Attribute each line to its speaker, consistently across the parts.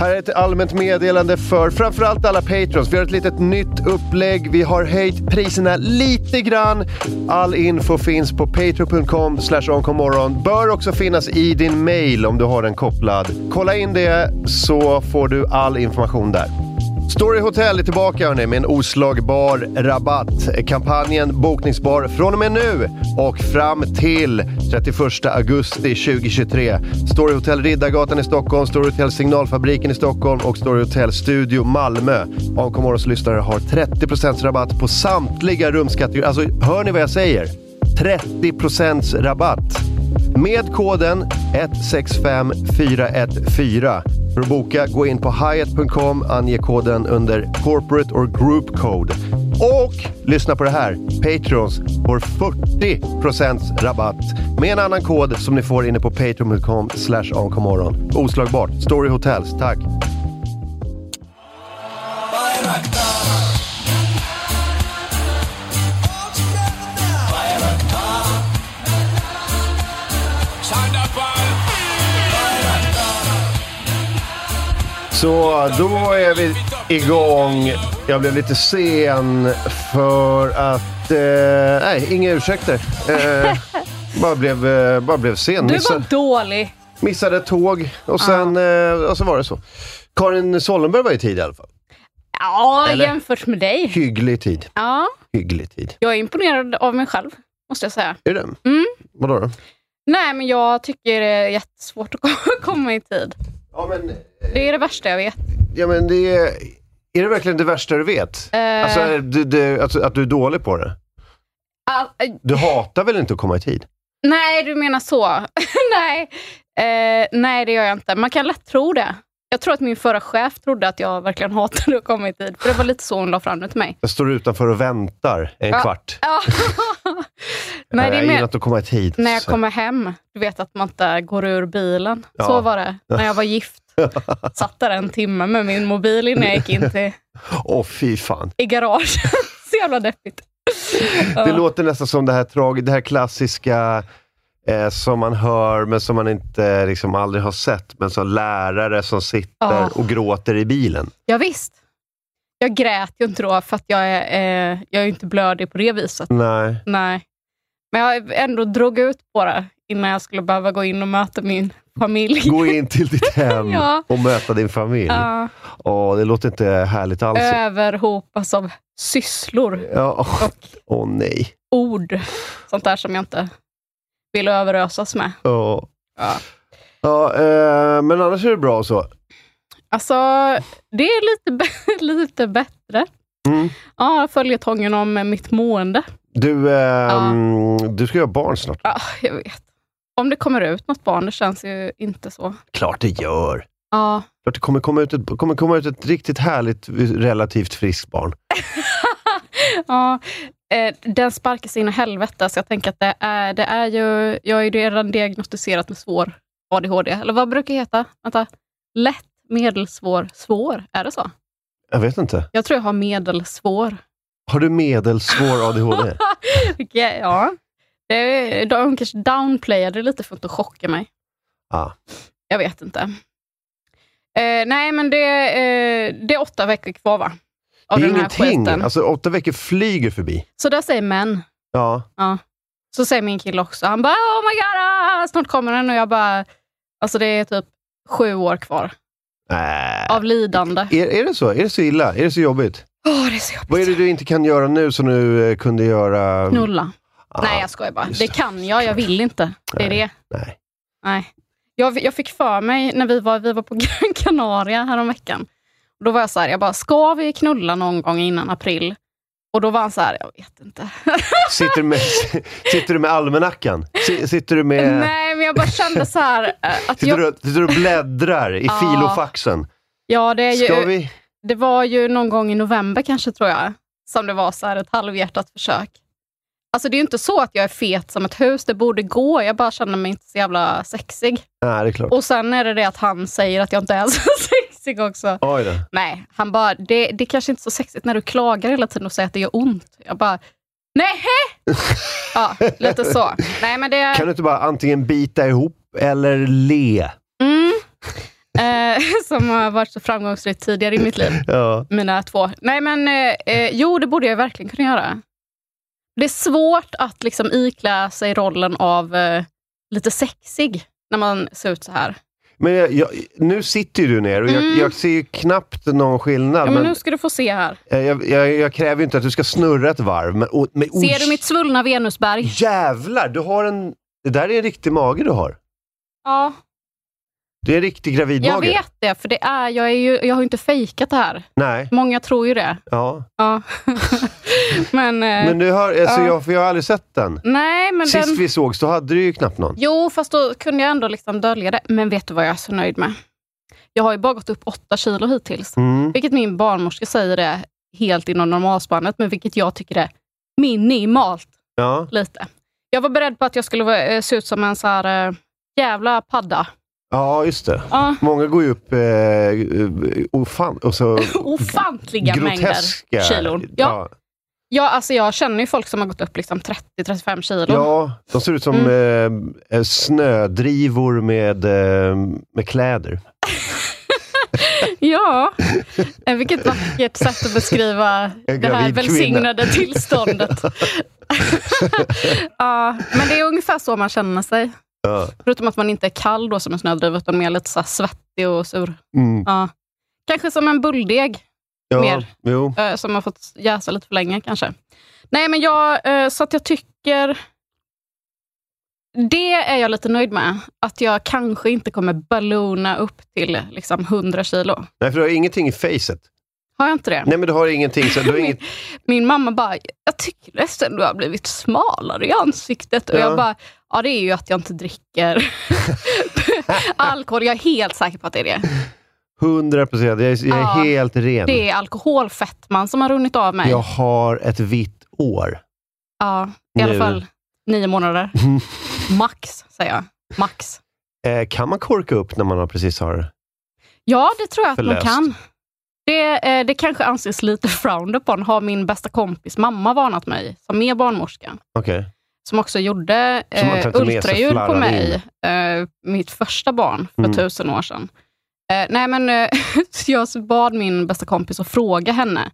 Speaker 1: Här är ett allmänt meddelande för framförallt alla patrons. Vi har ett litet nytt upplägg. Vi har höjt priserna lite grann. All info finns på patreon.com oncommorgon. Bör också finnas i din mail om du har den kopplad. Kolla in det så får du all information där. Story Hotel är tillbaka hörni, med en oslagbar rabatt. Kampanjen bokningsbar från och med nu och fram till 31 augusti 2023. Story Hotel Riddargatan i Stockholm, Story Hotel Signalfabriken i Stockholm och Story Hotel Studio Malmö. AMK Morgons lyssnare har 30% rabatt på samtliga rumskategorier. Alltså, hör ni vad jag säger? 30% rabatt. Med koden 165414. För att boka, gå in på hyatt.com, ange koden under corporate or group code. Och lyssna på det här! Patrons får 40% rabatt med en annan kod som ni får inne på patreon.com slash oncommorgon. Oslagbart! Story Hotels, tack! Så då är vi igång. Jag blev lite sen för att... Eh, nej, inga ursäkter. Eh, bara, blev, eh, bara blev sen.
Speaker 2: Du
Speaker 1: Missade-
Speaker 2: var dålig.
Speaker 1: Missade ett tåg och sen eh, och så var det så. Karin Sollenberg var i tid i alla fall.
Speaker 2: Ja,
Speaker 1: Eller?
Speaker 2: jämfört med dig.
Speaker 1: Hygglig tid.
Speaker 2: Ja,
Speaker 1: Hygglig tid.
Speaker 2: jag är imponerad av mig själv, måste jag säga.
Speaker 1: Är det?
Speaker 2: Mm.
Speaker 1: Vadå då?
Speaker 2: Nej, men jag tycker det är jättesvårt att kom- komma i tid.
Speaker 1: Ja men,
Speaker 2: Det är det värsta jag vet.
Speaker 1: ja, men det är... Är det verkligen det värsta du vet?
Speaker 2: Eh.
Speaker 1: Alltså, är det, det, alltså att du är dålig på det?
Speaker 2: All- eh,
Speaker 1: Du hatar väl inte att komma i tid?
Speaker 2: nej, du menar så. nej. Eh, nej, det gör jag inte. Man kan lätt tro det. Jag tror att min förra chef trodde att jag verkligen hatade att komma i tid. För det var lite så hon la fram det till mig.
Speaker 1: Jag står utanför och väntar en
Speaker 2: Ja.
Speaker 1: kvart.
Speaker 2: Ja. nej,
Speaker 1: jag
Speaker 2: det är
Speaker 1: gillar
Speaker 2: mer
Speaker 1: inte att komma i tid.
Speaker 2: när jag
Speaker 1: Så-
Speaker 2: kommer hem. Du vet att man inte går ur bilen.
Speaker 1: Ja.
Speaker 2: Så var det när jag var gift. Satt där en timme med min mobil innan jag gick in till,
Speaker 1: Åh fy fan.
Speaker 2: i garaget. så jävla deppigt.
Speaker 1: Det låter nästan som det här, trag- det här klassiska eh, som man hör, men som man inte eh, liksom, aldrig har sett. Men som lärare som sitter
Speaker 2: Ah.
Speaker 1: och gråter i bilen.
Speaker 2: Ja, visst. Jag grät ju inte då, för att jag är, eh, jag är ju inte blödig på det viset.
Speaker 1: Nej.
Speaker 2: Nej. Men jag ändå drog ut på det innan jag skulle behöva gå in och möta min familj.
Speaker 1: Gå in till ditt hem
Speaker 2: Ja.
Speaker 1: och möta din familj. Åh,
Speaker 2: Ja,
Speaker 1: det låter inte härligt alls.
Speaker 2: överhopas av sysslor
Speaker 1: Ja, åh,
Speaker 2: och
Speaker 1: åh, nej.
Speaker 2: ord. Sånt där som jag inte vill överösas med.
Speaker 1: Ja.
Speaker 2: Ja.
Speaker 1: Ja, eh, men annars är det bra och så.
Speaker 2: Alltså, det är lite, bä- lite bättre.
Speaker 1: Mm.
Speaker 2: Ja, följetongen om eh, mitt mående.
Speaker 1: Du, ehm, du ska ju ha barn snart.
Speaker 2: Ja, jag vet. Om det kommer ut något barn, det känns ju inte så.
Speaker 1: Klart det gör.
Speaker 2: Ja,
Speaker 1: Klart det kommer komma ut ett, kommer komma ut ett riktigt härligt, relativt friskt barn.
Speaker 2: ja. Eh, den sparkar sig in i helvete, så jag tänker att det är, det är ju... Jag är ju redan diagnostiserad med svår ADHD. Eller vad brukar det heta? Vänta. Lätt, medelsvår, svår. Är det så?
Speaker 1: Jag vet inte.
Speaker 2: Jag tror jag har medelsvår.
Speaker 1: Har du medelsvår ADHD?
Speaker 2: Okej, ja. Det, de kanske downplayade det lite för att inte chocka mig.
Speaker 1: Ah.
Speaker 2: Jag vet inte. Eh, nej, men det, eh, det är åtta veckor kvar, va? Av
Speaker 1: det är
Speaker 2: den här
Speaker 1: ingenting.
Speaker 2: skiten.
Speaker 1: Alltså, åtta veckor flyger förbi.
Speaker 2: Så där säger män.
Speaker 1: Ja.
Speaker 2: Så säger min kille också. Han bara, oh my god, ah, snart kommer den. Och jag bara, alltså det är typ sju år kvar
Speaker 1: Äh.
Speaker 2: av lidande.
Speaker 1: Är, är det så? Är det så illa? Är det så jobbigt?
Speaker 2: Åh, det är så jobbigt.
Speaker 1: Vad är det du inte kan göra nu som du eh, kunde göra?
Speaker 2: Knulla.
Speaker 1: Ah,
Speaker 2: Nej, jag skojar bara.
Speaker 1: just
Speaker 2: Det
Speaker 1: det.
Speaker 2: kan jag, jag vill inte. Det är det.
Speaker 1: nej.
Speaker 2: Nej. Jag, jag fick för mig när vi var, vi var på Gran Canaria häromveckan. Och Då var jag så här, jag bara, ska vi knulla någon gång innan april? Och då var han så här, jag vet inte.
Speaker 1: Sitter, du med, sitter du med almanackan? Si- Sitter du med...
Speaker 2: Nej, men jag bara kände så här eh, att
Speaker 1: Sitter
Speaker 2: jag,
Speaker 1: Eh. du, och- sitter du och bläddrar i
Speaker 2: Ja.
Speaker 1: filofaxen?
Speaker 2: ja, det, är
Speaker 1: Ska
Speaker 2: ju,
Speaker 1: vi?
Speaker 2: det var ju någon gång i november kanske tror jag, som det var så här ett halvhjärtat försök. Alltså det är ju inte så att jag är fet som ett hus, det borde gå. Jag bara känner mig inte så jävla sexig.
Speaker 1: Nej, det är klart.
Speaker 2: Och sen är det det att han säger att jag inte är så sexig också.
Speaker 1: Oj då.
Speaker 2: Nej, han bara, det, det är kanske inte så sexigt när du klagar hela tiden och säger att det gör ont. Jag bara, nej. Ja, lite så. Nej, men det...
Speaker 1: Kan du inte bara antingen bita ihop eller le?
Speaker 2: Mm, eh, som har varit så framgångsrikt tidigare i mitt liv.
Speaker 1: Ja.
Speaker 2: Mina två. Nej, men eh, eh, jo, det borde jag verkligen kunna göra. Det är svårt att liksom iklä sig rollen av eh, lite sexig när man ser ut så här.
Speaker 1: Men jag, jag, nu sitter ju du ner och jag,
Speaker 2: Mm.
Speaker 1: jag ser ju knappt någon skillnad.
Speaker 2: Ja, men
Speaker 1: men
Speaker 2: nu ska du få se här.
Speaker 1: eh, jag, jag, jag kräver ju inte att du ska snurra ett varv. Men, och, men,
Speaker 2: Ser du mitt svullna venusberg?
Speaker 1: Jävlar, du har en... Det där är en riktig mage du har.
Speaker 2: Ja,
Speaker 1: Det är en riktig gravidmage.
Speaker 2: jag vet det. För det är, jag, är ju, jag har ju inte fejkat det här.
Speaker 1: Nej,
Speaker 2: Många tror ju det.
Speaker 1: ja.
Speaker 2: Ja. men, eh,
Speaker 1: Men du har, alltså,
Speaker 2: Ja.
Speaker 1: jag, för jag har aldrig sett den.
Speaker 2: nej, men
Speaker 1: Sist
Speaker 2: den...
Speaker 1: vi sågs, då hade du ju knappt någon.
Speaker 2: Jo, fast då kunde jag ändå liksom dölja det. Men vet du vad jag är så nöjd med? Jag har ju bara gått upp åtta kilo hittills.
Speaker 1: Mm.
Speaker 2: Vilket min barnmorska säger är helt inom normalspannet, men vilket jag tycker är minimalt
Speaker 1: Ja.
Speaker 2: lite. Jag var beredd på att jag skulle vara- eh, se ut som en så här eh, jävla padda.
Speaker 1: ja, just det.
Speaker 2: Ja,
Speaker 1: Många går ju upp eh, ofan, och så
Speaker 2: ofantliga
Speaker 1: groteska.
Speaker 2: mängder kilon. Ja, ja.
Speaker 1: Ja.
Speaker 2: alltså jag känner ju folk som har gått upp liksom 30-35 kilo.
Speaker 1: ja, de ser ut som
Speaker 2: Mm.
Speaker 1: eh, eh, snödrivor med, eh, med kläder.
Speaker 2: Ja, eh, vilket vackert sätt att beskriva
Speaker 1: En
Speaker 2: det här
Speaker 1: gravid
Speaker 2: välsignade tillståndet. ja, men det är ungefär så man känner sig.
Speaker 1: Ja.
Speaker 2: Förutom att man inte är kall då som en snödriva, utan mer lite så här svettig och sur.
Speaker 1: Mm.
Speaker 2: Ja. Kanske som en bulldeg
Speaker 1: Ja,
Speaker 2: Mer.
Speaker 1: Jo.
Speaker 2: eh, som har fått jäsa lite för länge kanske. Nej, men jag, eh, så att jag tycker... Det är jag lite nöjd med. Att jag kanske inte kommer ballona upp till liksom 100 kilo.
Speaker 1: Nej, för du har ingenting i facet.
Speaker 2: Har jag inte det?
Speaker 1: Nej, men du har ingenting. Så du har inget...
Speaker 2: Min mamma bara, jag tycker nästan du har blivit smalare i ansiktet. Och
Speaker 1: Ja.
Speaker 2: jag bara, ja det är ju att jag inte dricker alkohol. Jag är helt säker på att det är det.
Speaker 1: 100 procent. Jag är, jag är
Speaker 2: Ja.
Speaker 1: helt ren.
Speaker 2: Det är alkoholfettman som har runnit av mig.
Speaker 1: Jag
Speaker 2: Ja,
Speaker 1: har ett vitt år.
Speaker 2: I alla
Speaker 1: Nu.
Speaker 2: fall nio månader. Max, säger jag. Max.
Speaker 1: Eh, kan man korka upp när man har precis har...
Speaker 2: Ja, det tror jag att
Speaker 1: Förlöst.
Speaker 2: man kan. Det, eh, det kanske anses lite frowned upon, har min bästa kompis mamma varnat mig, som är barnmorska.
Speaker 1: Okej.
Speaker 2: som också gjorde
Speaker 1: Som man
Speaker 2: eh,
Speaker 1: tagit med sig
Speaker 2: ultraljud på
Speaker 1: flarrade
Speaker 2: mig, eh, mitt första barn, för
Speaker 1: Mm.
Speaker 2: tusen år sedan. Eh, nej, men, eh, så jag så bad min bästa kompis att fråga henne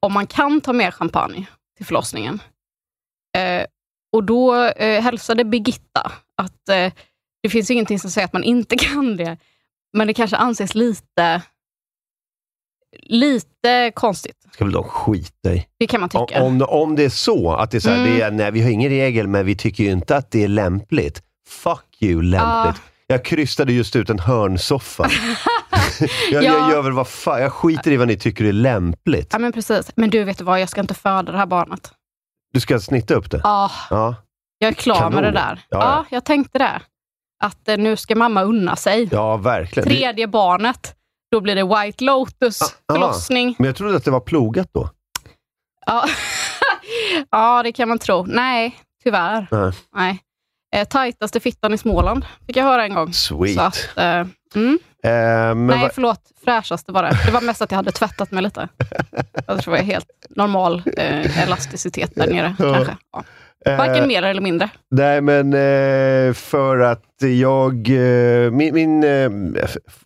Speaker 2: om man kan ta med champagne till förlossningen. Eh, och då eh, hälsade Birgitta att eh, det finns ju ingenting som säger att man inte kan det, men det kanske anses lite, lite konstigt.
Speaker 1: Ska väl de skita i.
Speaker 2: Det kan man
Speaker 1: Om,
Speaker 2: tycka.
Speaker 1: om, om det är så att det är så här,
Speaker 2: Mm.
Speaker 1: det är, nej, vi har ingen regel, men vi tycker ju inte att det är lämpligt. Fuck you, lämpligt. Jag krystade just ut en hörnsoffa. jag, jag
Speaker 2: Ja.
Speaker 1: gör väl vad fan, jag skiter i vad ni tycker är lämpligt.
Speaker 2: Ja, men precis. Men du, vet du vad? Jag ska inte föda det här barnet.
Speaker 1: Du ska snitta upp det?
Speaker 2: Ah,
Speaker 1: Ja.
Speaker 2: Jag är klar
Speaker 1: Kanon.
Speaker 2: med det där.
Speaker 1: Ja,
Speaker 2: Ja,
Speaker 1: ja.
Speaker 2: jag tänkte det. Att eh, nu ska mamma unna sig.
Speaker 1: Ja, verkligen. Det-
Speaker 2: Tredje barnet, då blir det White Lotus
Speaker 1: Ah, ah.
Speaker 2: förlossning.
Speaker 1: Men jag trodde att det var plogat då.
Speaker 2: Ja. ja, det kan man tro. Nej, tyvärr.
Speaker 1: Nej.
Speaker 2: Nej. Eh, tajtaste fittan i Småland, fick jag höra en gång. Så
Speaker 1: Sweet.
Speaker 2: att, eh, mm.
Speaker 1: Eh, men
Speaker 2: Nej,
Speaker 1: vad-
Speaker 2: förlåt. Fräschaste var det. Det var mest att jag hade tvättat mig lite. Jag tror det var helt normal eh, elasticitet där nere.
Speaker 1: Ja.
Speaker 2: Kanske. Ja.
Speaker 1: eh,
Speaker 2: Varken mer eller mindre.
Speaker 1: Nej, men eh, för att jag... Eh, min, min, eh, f- f-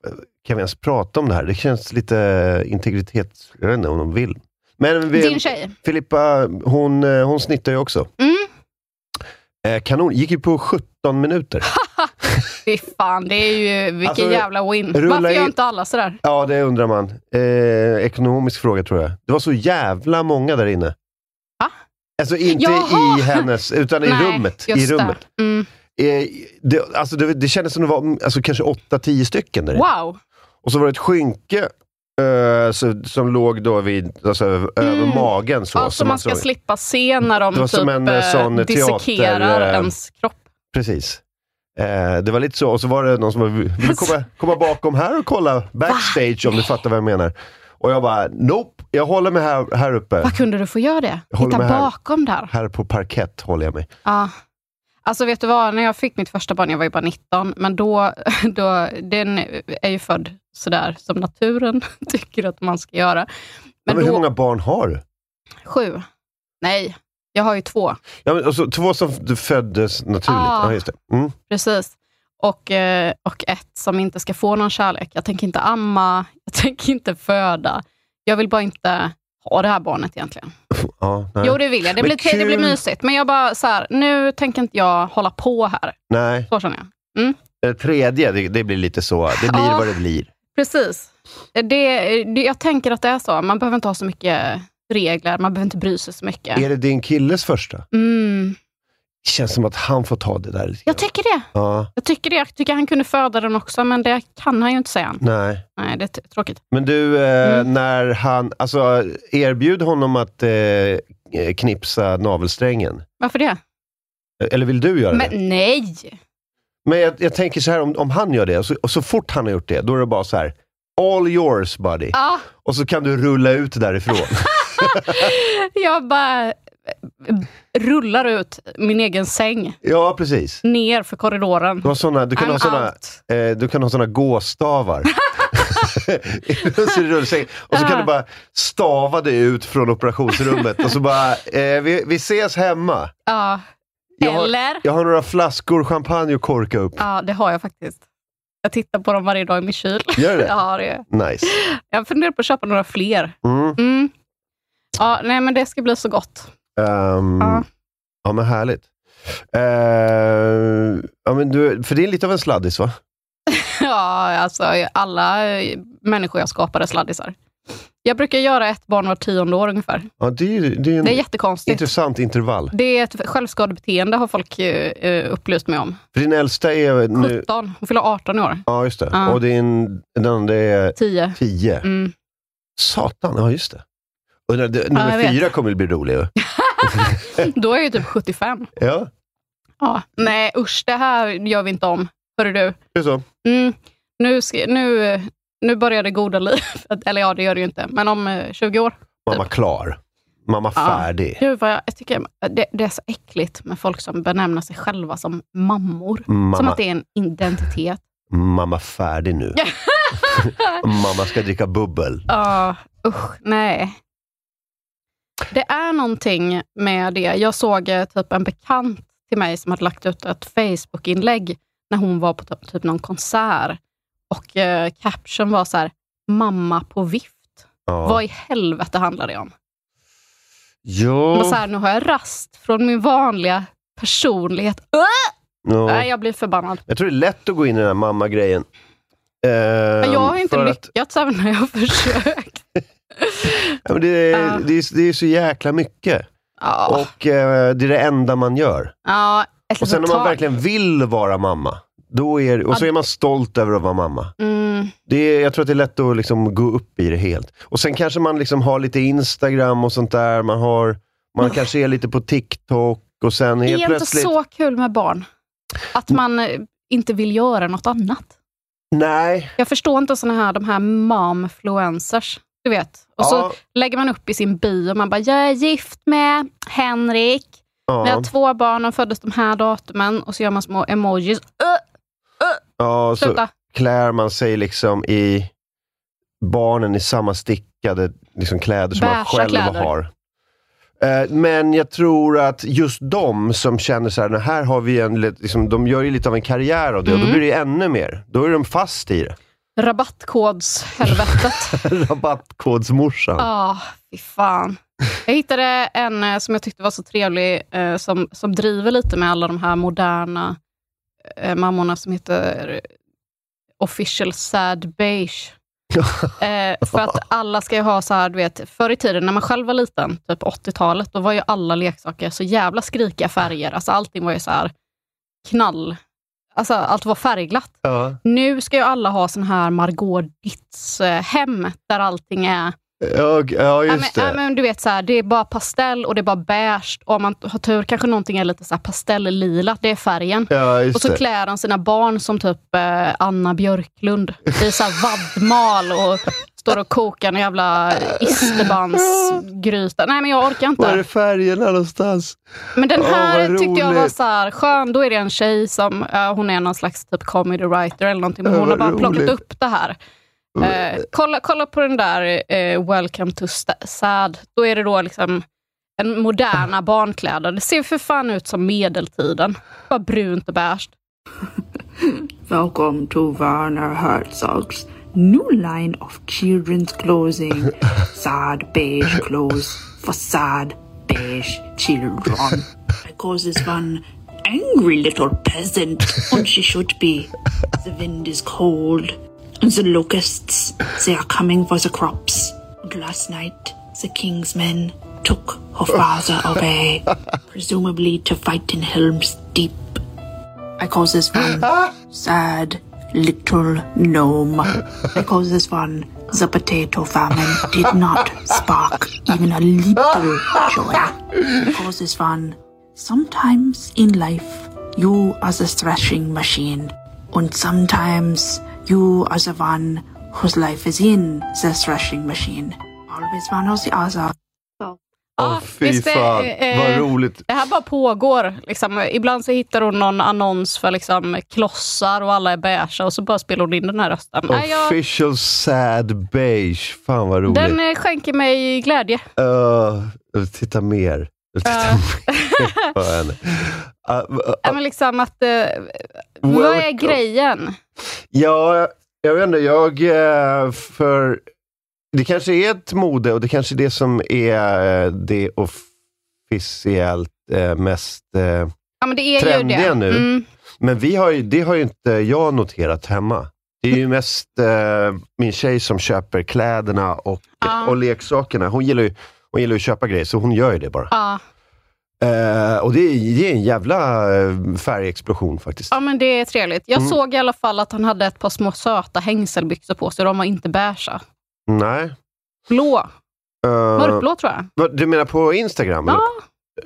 Speaker 1: kan vi ens prata om det här? Det känns lite integritets... Jag vet inte om de vill. Men vi,
Speaker 2: Din tjej.
Speaker 1: Filippa, hon, eh, hon snittar ju också.
Speaker 2: Mm.
Speaker 1: Eh, kanon. Gick ju på 17 minuter.
Speaker 2: Fy fan, det är ju vilken
Speaker 1: Alltså,
Speaker 2: jävla win.
Speaker 1: rulla
Speaker 2: Varför gör
Speaker 1: in-
Speaker 2: inte alla sådär?
Speaker 1: Ja, det undrar man. Eh, ekonomisk fråga tror jag. Det var så jävla många där inne.
Speaker 2: Va?
Speaker 1: Alltså inte
Speaker 2: Jaha!
Speaker 1: i hennes, utan i rummet. I
Speaker 2: just det.
Speaker 1: rummet.
Speaker 2: Mm.
Speaker 1: Eh, det, alltså det, det kändes som det var mm, alltså, kanske 8-10 stycken där inne.
Speaker 2: Wow.
Speaker 1: Och så var det ett skynke eh, så, som låg då vid, alltså, över- över magen. Så,
Speaker 2: Mm. Så, alltså
Speaker 1: som
Speaker 2: man ska
Speaker 1: såg.
Speaker 2: slippa se när de
Speaker 1: Det var
Speaker 2: typ
Speaker 1: som en, eh,
Speaker 2: eh,
Speaker 1: sån
Speaker 2: dissekerar
Speaker 1: teater, eh,
Speaker 2: ens kropp.
Speaker 1: Precis. Eh, det var lite så, och så var det någon som var, vill du komma, komma bakom här och kolla backstage om du fattar vad jag menar. Och jag bara, nope, jag håller mig här, här uppe.
Speaker 2: Vad kunde du få göra det?
Speaker 1: Jag håller
Speaker 2: Hitta
Speaker 1: med här.
Speaker 2: bakom där.
Speaker 1: Här på parkett håller jag mig.
Speaker 2: Ja. Alltså vet du vad, när jag fick mitt första barn, jag var ju bara 19, men då, då den är ju född sådär som naturen tycker att man ska göra.
Speaker 1: Men,
Speaker 2: Men,
Speaker 1: men
Speaker 2: då,
Speaker 1: hur många barn har du?
Speaker 2: sju. Nej, jag har ju två.
Speaker 1: Ja, men, alltså, två som f- föddes naturligt.
Speaker 2: Ah.
Speaker 1: Ja, just det. Mm.
Speaker 2: Precis. Och, eh, och ett som inte ska få någon kärlek. Jag tänker inte amma, jag tänker inte föda. Jag vill bara inte ha det här barnet egentligen.
Speaker 1: Ja, nej.
Speaker 2: Jo, det vill jag. Det
Speaker 1: Men
Speaker 2: blir, te- det blir
Speaker 1: kul.
Speaker 2: mysigt. Men jag bara så här, nu tänker inte jag hålla på här.
Speaker 1: nej.
Speaker 2: Så känner jag.
Speaker 1: Eh, Tredje, det, det blir lite så. Det blir
Speaker 2: Ja.
Speaker 1: vad det blir.
Speaker 2: Precis. Det, Eh, det, jag tänker att det är så. Man behöver inte ha så mycket regler. Man behöver inte bry sig så mycket.
Speaker 1: Är det din killes första?
Speaker 2: Mm.
Speaker 1: Det känns som att han får ta det där lite
Speaker 2: Jag
Speaker 1: grann.
Speaker 2: tycker det.
Speaker 1: Ja,
Speaker 2: Jag tycker det. Jag tycker han kunde föda den också, men det kan han ju inte säga än.
Speaker 1: nej.
Speaker 2: Nej, det är t- tråkigt.
Speaker 1: Men du, eh,
Speaker 2: Mm.
Speaker 1: när han, alltså erbjud honom att eh, knipsa navelsträngen.
Speaker 2: Varför det?
Speaker 1: Eller vill du göra det?
Speaker 2: Men nej!
Speaker 1: Men jag, jag tänker så här, om, om han gör det, och så, och så fort han har gjort det, då är det bara så här, all yours buddy.
Speaker 2: Ja,
Speaker 1: Och så kan du rulla ut därifrån.
Speaker 2: jag bara eh, rullar ut min egen säng
Speaker 1: ja, precis.
Speaker 2: ner för korridoren.
Speaker 1: Du, har såna, du, kan
Speaker 2: I'm
Speaker 1: ha såna,
Speaker 2: out.
Speaker 1: eh, du kan ha såna gåstavar. så i rullsängen. och så kan du bara stava dig ut från operationsrummet och så bara, eh, vi, vi ses hemma.
Speaker 2: Ja.
Speaker 1: Jag har-
Speaker 2: Eller?
Speaker 1: Jag har några flaskor champagne att korka upp.
Speaker 2: Ja, det har jag faktiskt. Jag tittar på dem varje dag i min kyl.
Speaker 1: Gör du det?
Speaker 2: Ja, det gör jag.
Speaker 1: Nice.
Speaker 2: Jag funderar på att köpa några fler.
Speaker 1: Mm.
Speaker 2: Mm. Ja, nej, men det ska bli så gott.
Speaker 1: Ehm,
Speaker 2: Ja.
Speaker 1: Ja, men härligt. Ehm, ja, men du, för det är lite av en sladdis, va?
Speaker 2: Ja, alltså, alla eh, människor jag skapar är sladdisar. Jag brukar göra ett barn var tionde år ungefär.
Speaker 1: Ja, det är ju det är en
Speaker 2: Det är jättekonstigt.
Speaker 1: intressant intervall.
Speaker 2: Det är ett självskadebeteende har folk eh, eh, upplyst mig om.
Speaker 1: För din äldsta är nu...
Speaker 2: 17, hon fyller 18 i år.
Speaker 1: Ja, just det.
Speaker 2: Ja.
Speaker 1: Och din, den andra är
Speaker 2: 10.
Speaker 1: tio.
Speaker 2: Mm.
Speaker 1: Satan, ja just det. Undrar, det nummer
Speaker 2: jag vet.
Speaker 1: fyra kommer att bli rolig. va?
Speaker 2: Då är jag ju typ 75.
Speaker 1: Ja,
Speaker 2: Ja. Nej, usch, det här gör vi inte om. Hörru du.
Speaker 1: det är så.
Speaker 2: Mm. Nu, ska, nu, nu börjar det goda livet. Eller ja, det gör det ju inte. Men om eh, 20 år.
Speaker 1: Mamma klar. Mamma
Speaker 2: Ja.
Speaker 1: färdig.
Speaker 2: Gud, vad jag, jag tycker det, det är så äckligt med folk som benämner sig själva som mammor. Som
Speaker 1: Mamma,
Speaker 2: att det är en identitet.
Speaker 1: mamma färdig nu. mamma ska dricka bubbel.
Speaker 2: Ja, usch, nej. Det är någonting med det. Jag såg eh, typ en bekant till mig som hade lagt ut ett Facebook-inlägg när hon var på typ- typ någon konsert. Och eh, caption var så här, mamma på vift.
Speaker 1: Ja.
Speaker 2: Vad i helvete handlar det om? Hon
Speaker 1: Ja.
Speaker 2: var så här, nu har jag rast från min vanliga personlighet. Öh!
Speaker 1: Ja.
Speaker 2: Nej, jag blir förbannad.
Speaker 1: Jag tror det är lätt att gå in i den här mamma-grejen. Eh,
Speaker 2: Men jag har ju inte
Speaker 1: för att-
Speaker 2: lyckats även när jag har försökt.
Speaker 1: Ja, men det, är,
Speaker 2: Ja.
Speaker 1: det, är, det är så jäkla mycket.
Speaker 2: Ja, Alltså,
Speaker 1: Och eh, det är det enda man gör.
Speaker 2: ja ett
Speaker 1: Och sen om
Speaker 2: litet
Speaker 1: man
Speaker 2: tag.
Speaker 1: verkligen vill vara mamma, då är, och så är man stolt över att vara mamma.
Speaker 2: Mm,
Speaker 1: Det är, jag tror att det är lätt att liksom gå upp i det helt. Och sen kanske man liksom har lite Instagram och sånt där. Man, har, man kanske är lite på TikTok och sen
Speaker 2: det
Speaker 1: helt
Speaker 2: är inte
Speaker 1: plötsligt...
Speaker 2: så kul med barn. Att man eh, inte vill göra något annat.
Speaker 1: Nej,
Speaker 2: Jag förstår inte såna här, de här momfluencers. Du vet. Och så
Speaker 1: Ja.
Speaker 2: lägger man upp i sin bio, man bara, jag är gift med Henrik. Vi har
Speaker 1: ja,
Speaker 2: två barn, de föddes de här datumen. Och så gör man små emojis. Öh,
Speaker 1: ja, så
Speaker 2: sluta.
Speaker 1: klär man sig liksom i barnen i samma stickade liksom kläder som man
Speaker 2: Beiga
Speaker 1: själv
Speaker 2: kläder.
Speaker 1: har. Eh, Men jag tror att just de som känner så här, "Nej, här har vi en, lit- liksom, de gör ju lite av en karriär av det och då
Speaker 2: Mm.
Speaker 1: blir det ännu mer. Då är de fast i det.
Speaker 2: Rabattkodshelvetet.
Speaker 1: Rabattkodsmorsan.
Speaker 2: Ja, Ah, fy fan. Jag hittade en eh, som jag tyckte var så trevlig, eh, som, som driver lite med alla de här moderna eh, mammorna som heter Official Sad Beige. eh, för att alla ska ju ha så här, du vet, förr i tiden när man själv var liten, typ 80-talet, då var ju alla leksaker så jävla skrikiga färger. Alltså allting var ju så här knall. Alltså allt var färgglatt.
Speaker 1: Ja.
Speaker 2: Nu ska ju alla ha sån här Margot Ditts eh, hem där allting är...
Speaker 1: Ja, g- ja,
Speaker 2: Ja,
Speaker 1: just
Speaker 2: men, ja,
Speaker 1: det.
Speaker 2: men, du vet, så här, det är bara pastell och det är bara beige. Och om man har tur kanske någonting är lite så här pastelllila, det är färgen.
Speaker 1: Ja,
Speaker 2: Och
Speaker 1: just
Speaker 2: så
Speaker 1: det.
Speaker 2: klär han sina barn som typ eh, Anna Björklund i så här vaddmal och står och kokar en jävla isterbandsgryta. Nej, men jag orkar
Speaker 1: Var är
Speaker 2: inte.
Speaker 1: färgerna någonstans?
Speaker 2: Men den
Speaker 1: Åh,
Speaker 2: här
Speaker 1: vad
Speaker 2: tyckte jag var
Speaker 1: roligt.
Speaker 2: så här skön. Då är det en tjej som, eh, hon är någon slags typ comedy writer eller någonting, men
Speaker 1: Ja,
Speaker 2: hon har
Speaker 1: vad
Speaker 2: bara plockat
Speaker 1: roligt.
Speaker 2: upp det här. Eh, kolla, kolla på den där eh, Welcome to Sta- Sad. Då är det då liksom en moderna barnkläder. Det ser för fan ut som medeltiden. Bara brunt och beige.
Speaker 3: Welcome to Werner Herzog's new line of children's clothing. Sad beige clothes for sad beige children. Because this one angry little peasant, and she should be. The wind is cold, and the locusts, they are coming for the crops. And last night, the king's men took her father away, presumably to fight in Helm's Deep. I call this one
Speaker 2: Ah!
Speaker 3: sad little gnome. I call this one the potato famine did not spark even a little joy. I call this one sometimes in life you are the threshing machine, and sometimes you are the one whose life is in the threshing machine. Always one or the other.
Speaker 1: Åh,
Speaker 2: Ja,
Speaker 1: fy
Speaker 2: visst är-
Speaker 1: fan.
Speaker 2: eh,
Speaker 1: Vad roligt.
Speaker 2: Det här bara pågår. Liksom. Ibland så hittar hon någon annons för liksom, klossar och alla är beige och så bara spelar hon in den här rösten. Nej, jag,
Speaker 1: Official sad beige. Fan vad roligt.
Speaker 2: den eh, skänker mig glädje.
Speaker 1: Eh, jag vill titta mer. Jag vill titta mer på henne. Ah, va-
Speaker 2: Ja, men liksom att, eh, vad är
Speaker 1: Welcome.
Speaker 2: grejen?
Speaker 1: Ja, jag vet inte. Jag, eh, för det kanske är ett mode och det kanske är det som är eh, det officiellt eh, mest... eh,
Speaker 2: Ja, men det är ju
Speaker 1: Trendiga
Speaker 2: det.
Speaker 1: nu.
Speaker 2: Mm.
Speaker 1: Men vi har ju, det har ju inte jag noterat hemma. Det är ju mest eh, min tjej som köper kläderna och,
Speaker 2: Ja.
Speaker 1: och leksakerna. Hon gillar, ju, hon gillar ju att köpa grejer, så hon gör ju det bara.
Speaker 2: Ja.
Speaker 1: Eh, och det är, det är en jävla eh, färgexplosion faktiskt.
Speaker 2: ja, men det är trevligt. Jag
Speaker 1: Mm.
Speaker 2: såg i alla fall att han hade ett par små söta hängselbyxor på sig. De var inte beigea.
Speaker 1: Nej.
Speaker 2: Blå.
Speaker 1: Eh,
Speaker 2: Mörkblå tror jag.
Speaker 1: vad- du menar på Instagram?
Speaker 2: Ja,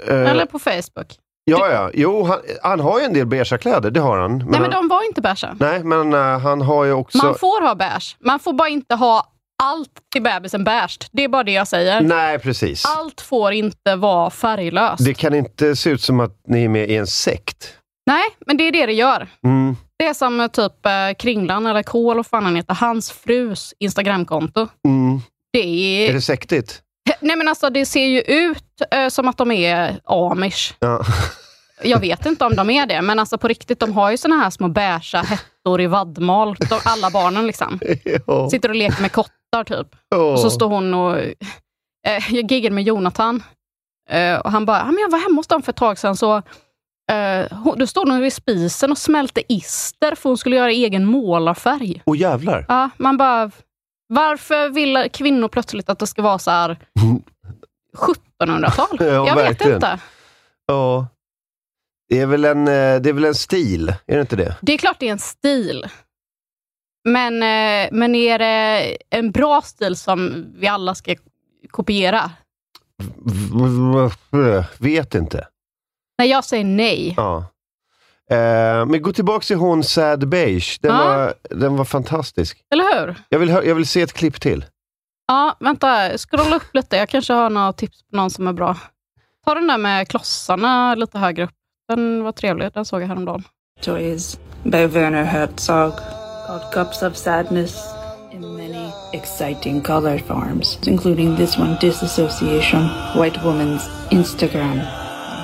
Speaker 1: Eh,
Speaker 2: eller på Facebook.
Speaker 1: Ja, ja. Jo, han, han har ju en del beiga kläder, det har han. Men
Speaker 2: Nej, men
Speaker 1: han,
Speaker 2: de var inte beigea.
Speaker 1: nej, men eh, han har ju också...
Speaker 2: Man får ha beige. Man får bara inte ha allt till bebisen beige. Det är bara det jag säger.
Speaker 1: Nej, precis.
Speaker 2: Allt får inte vara färglöst.
Speaker 1: Det kan inte se ut som att ni är med i en sekt.
Speaker 2: Nej, men det är det det gör.
Speaker 1: Mm.
Speaker 2: Det är som eh, typ eh, Kringlan eller Kohl och fan han heter. Hans frus Instagramkonto.
Speaker 1: Mm.
Speaker 2: Det
Speaker 1: Är
Speaker 2: är...
Speaker 1: det sektigt?
Speaker 2: Nej men alltså det ser ju ut eh, som att de är amish.
Speaker 1: Ja.
Speaker 2: Jag vet inte om de är det, men alltså på riktigt, de har ju såna här små beiga hettor i vadmal. De, alla barnen liksom.
Speaker 1: Ja.
Speaker 2: Sitter och leker med kottar typ. Och så står hon och... Eh, jag giggade med Jonathan. Eh, och han bara, "Ja, men jag var hemma hos dem för ett tag sedan. Så, eh, hon, då stod hon vid spisen och smälte ister för hon skulle göra egen målarfärg.
Speaker 1: Åh jävlar.
Speaker 2: Ja, man bara, varför vill kvinnor plötsligt att det ska vara så här 1700-tal?
Speaker 1: Ja,
Speaker 2: jag vet
Speaker 1: verkligen.
Speaker 2: inte.
Speaker 1: Ja. Det är, väl en, eh, det är väl en stil, är det inte det?
Speaker 2: Det är klart det är en stil. Men, eh, men är det en bra stil som vi alla ska kopiera?
Speaker 1: V- v- Vet inte.
Speaker 2: Nej, jag säger nej.
Speaker 1: Ja. Eh, Men gå tillbaka till hon Sad Beige. Den,
Speaker 2: Ja.
Speaker 1: var, den var fantastisk.
Speaker 2: Eller hur?
Speaker 1: Jag vill, hö- jag vill se ett klipp till.
Speaker 2: Ja, vänta. Scrolla upp lite. Jag kanske har några tips på någon som är bra. Ta den där med klossarna lite högre upp. Den var trevlig. Den såg jag häromdagen.
Speaker 3: Joys by Werner Herzog, called Cups of Sadness, in many exciting color forms, including this one Disassociation, White Woman's Instagram,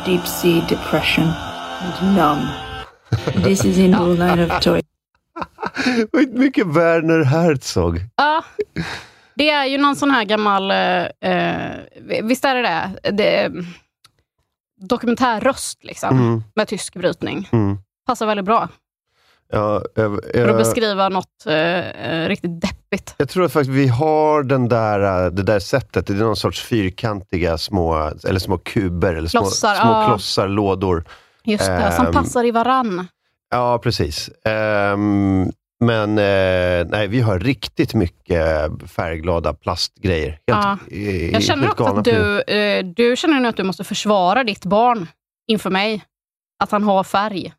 Speaker 3: Deep Sea Depression, and Numb. This is a new line of toys.
Speaker 1: Mycket Werner Herzog.
Speaker 2: Ja, det är ju någon sån här gammal... eh, Eh, visst är det det? det eh, dokumentärröst liksom,
Speaker 1: Mm.
Speaker 2: med tysk brytning.
Speaker 1: Mm.
Speaker 2: Passar väldigt bra.
Speaker 1: Ja, eh,
Speaker 2: För att
Speaker 1: eh,
Speaker 2: beskriva något eh, eh, riktigt deppigt.
Speaker 1: Jag tror att faktiskt vi har den där, eh, det där sättet. Det är någon sorts fyrkantiga små, eller små kuber, eller små,
Speaker 2: Klossar,
Speaker 1: små
Speaker 2: ja.
Speaker 1: klossar, lådor.
Speaker 2: Just det, som
Speaker 1: Ehm.
Speaker 2: passar i varann.
Speaker 1: Ja, precis. Ehm, men eh, nej, vi har riktigt mycket färgglada plastgrejer. Helt,
Speaker 2: Ja.
Speaker 1: eh,
Speaker 2: Jag känner
Speaker 1: helt
Speaker 2: också
Speaker 1: galna
Speaker 2: att
Speaker 1: på det.
Speaker 2: du, eh, du känner nu att du måste försvara ditt barn inför mig. Att han har färg.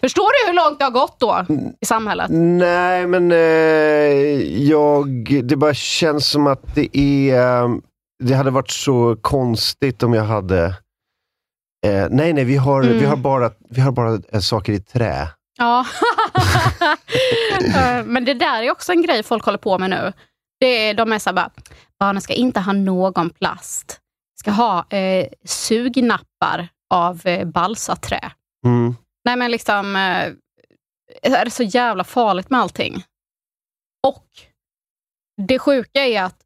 Speaker 2: Förstår du hur långt det har gått då
Speaker 1: Mm.
Speaker 2: i samhället?
Speaker 1: Nej, men eh, jag, det bara känns som att det är... eh, Det hade varit så konstigt om jag hade... Eh, nej, nej, vi har, vi
Speaker 2: Mm.
Speaker 1: har bara, vi har bara eh, saker i trä.
Speaker 2: Ja. Eh, Men det där är också en grej folk håller på med nu. Det är, de är så här bara, barnen ska inte ha någon plast. Ska ha eh, sugnappar av eh, balsaträ.
Speaker 1: Mm.
Speaker 2: Nej men liksom, eh, är det så jävla farligt med allting? Och det sjuka är att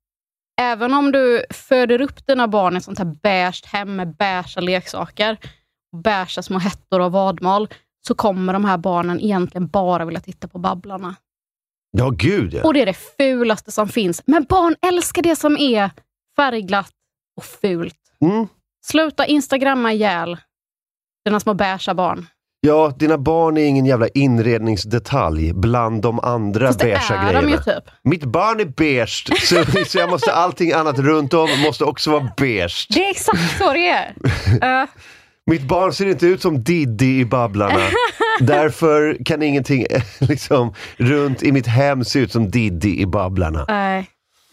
Speaker 2: även om du föder upp dina barn i ett sånt här beige hem med beigea leksaker, beigea små hettor och vadmal, så kommer de här barnen egentligen bara vilja titta på Babblarna.
Speaker 1: Ja, gud ja.
Speaker 2: Och det är det fulaste som finns. Men barn älskar det som är färgglatt och fult.
Speaker 1: Mm.
Speaker 2: Sluta instagramma ihjäl dina små beigea barn.
Speaker 1: Ja, dina barn är ingen jävla inredningsdetalj bland de andra
Speaker 2: Fast det
Speaker 1: beigea
Speaker 2: är de ju
Speaker 1: grejerna.
Speaker 2: typ.
Speaker 1: Mitt barn är beige, så, så jag måste, allting annat runt om måste också vara beige.
Speaker 2: Det är exakt så det är. Eh,
Speaker 1: Mitt barn ser inte ut som Diddy i Babblarna. Därför kan ingenting eh, liksom, runt i mitt hem se ut som Diddy i Babblarna.
Speaker 2: Nej.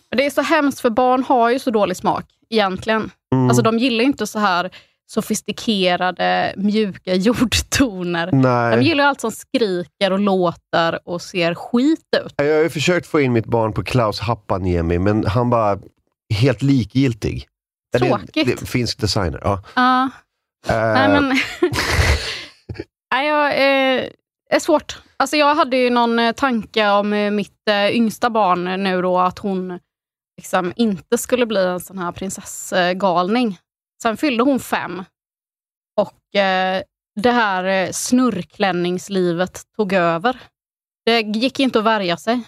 Speaker 2: Men Det är så hemskt, för barn har ju så dålig smak egentligen. Alltså De gillar ju inte så här sofistikerade, mjuka jordtoner. De
Speaker 1: Nej.
Speaker 2: gillar ju allt som skriker och låter och ser skit ut.
Speaker 1: Jag har ju försökt få in mitt barn på Klaus Happaniemi, men han bara helt likgiltig. Eller,
Speaker 2: Tråkigt.
Speaker 1: Det, finsk designer, ja.
Speaker 2: Ja.
Speaker 1: Eh,
Speaker 2: Nej, men... Nej, jag, eh, är svårt. Alltså, jag hade ju någon eh, tanke om eh, mitt eh, yngsta barn nu då, att hon liksom inte skulle bli en sån här prinsessgalning. Sen fyllde hon fem och eh, det här eh, snurrklänningslivet tog över. Det gick inte att värja sig.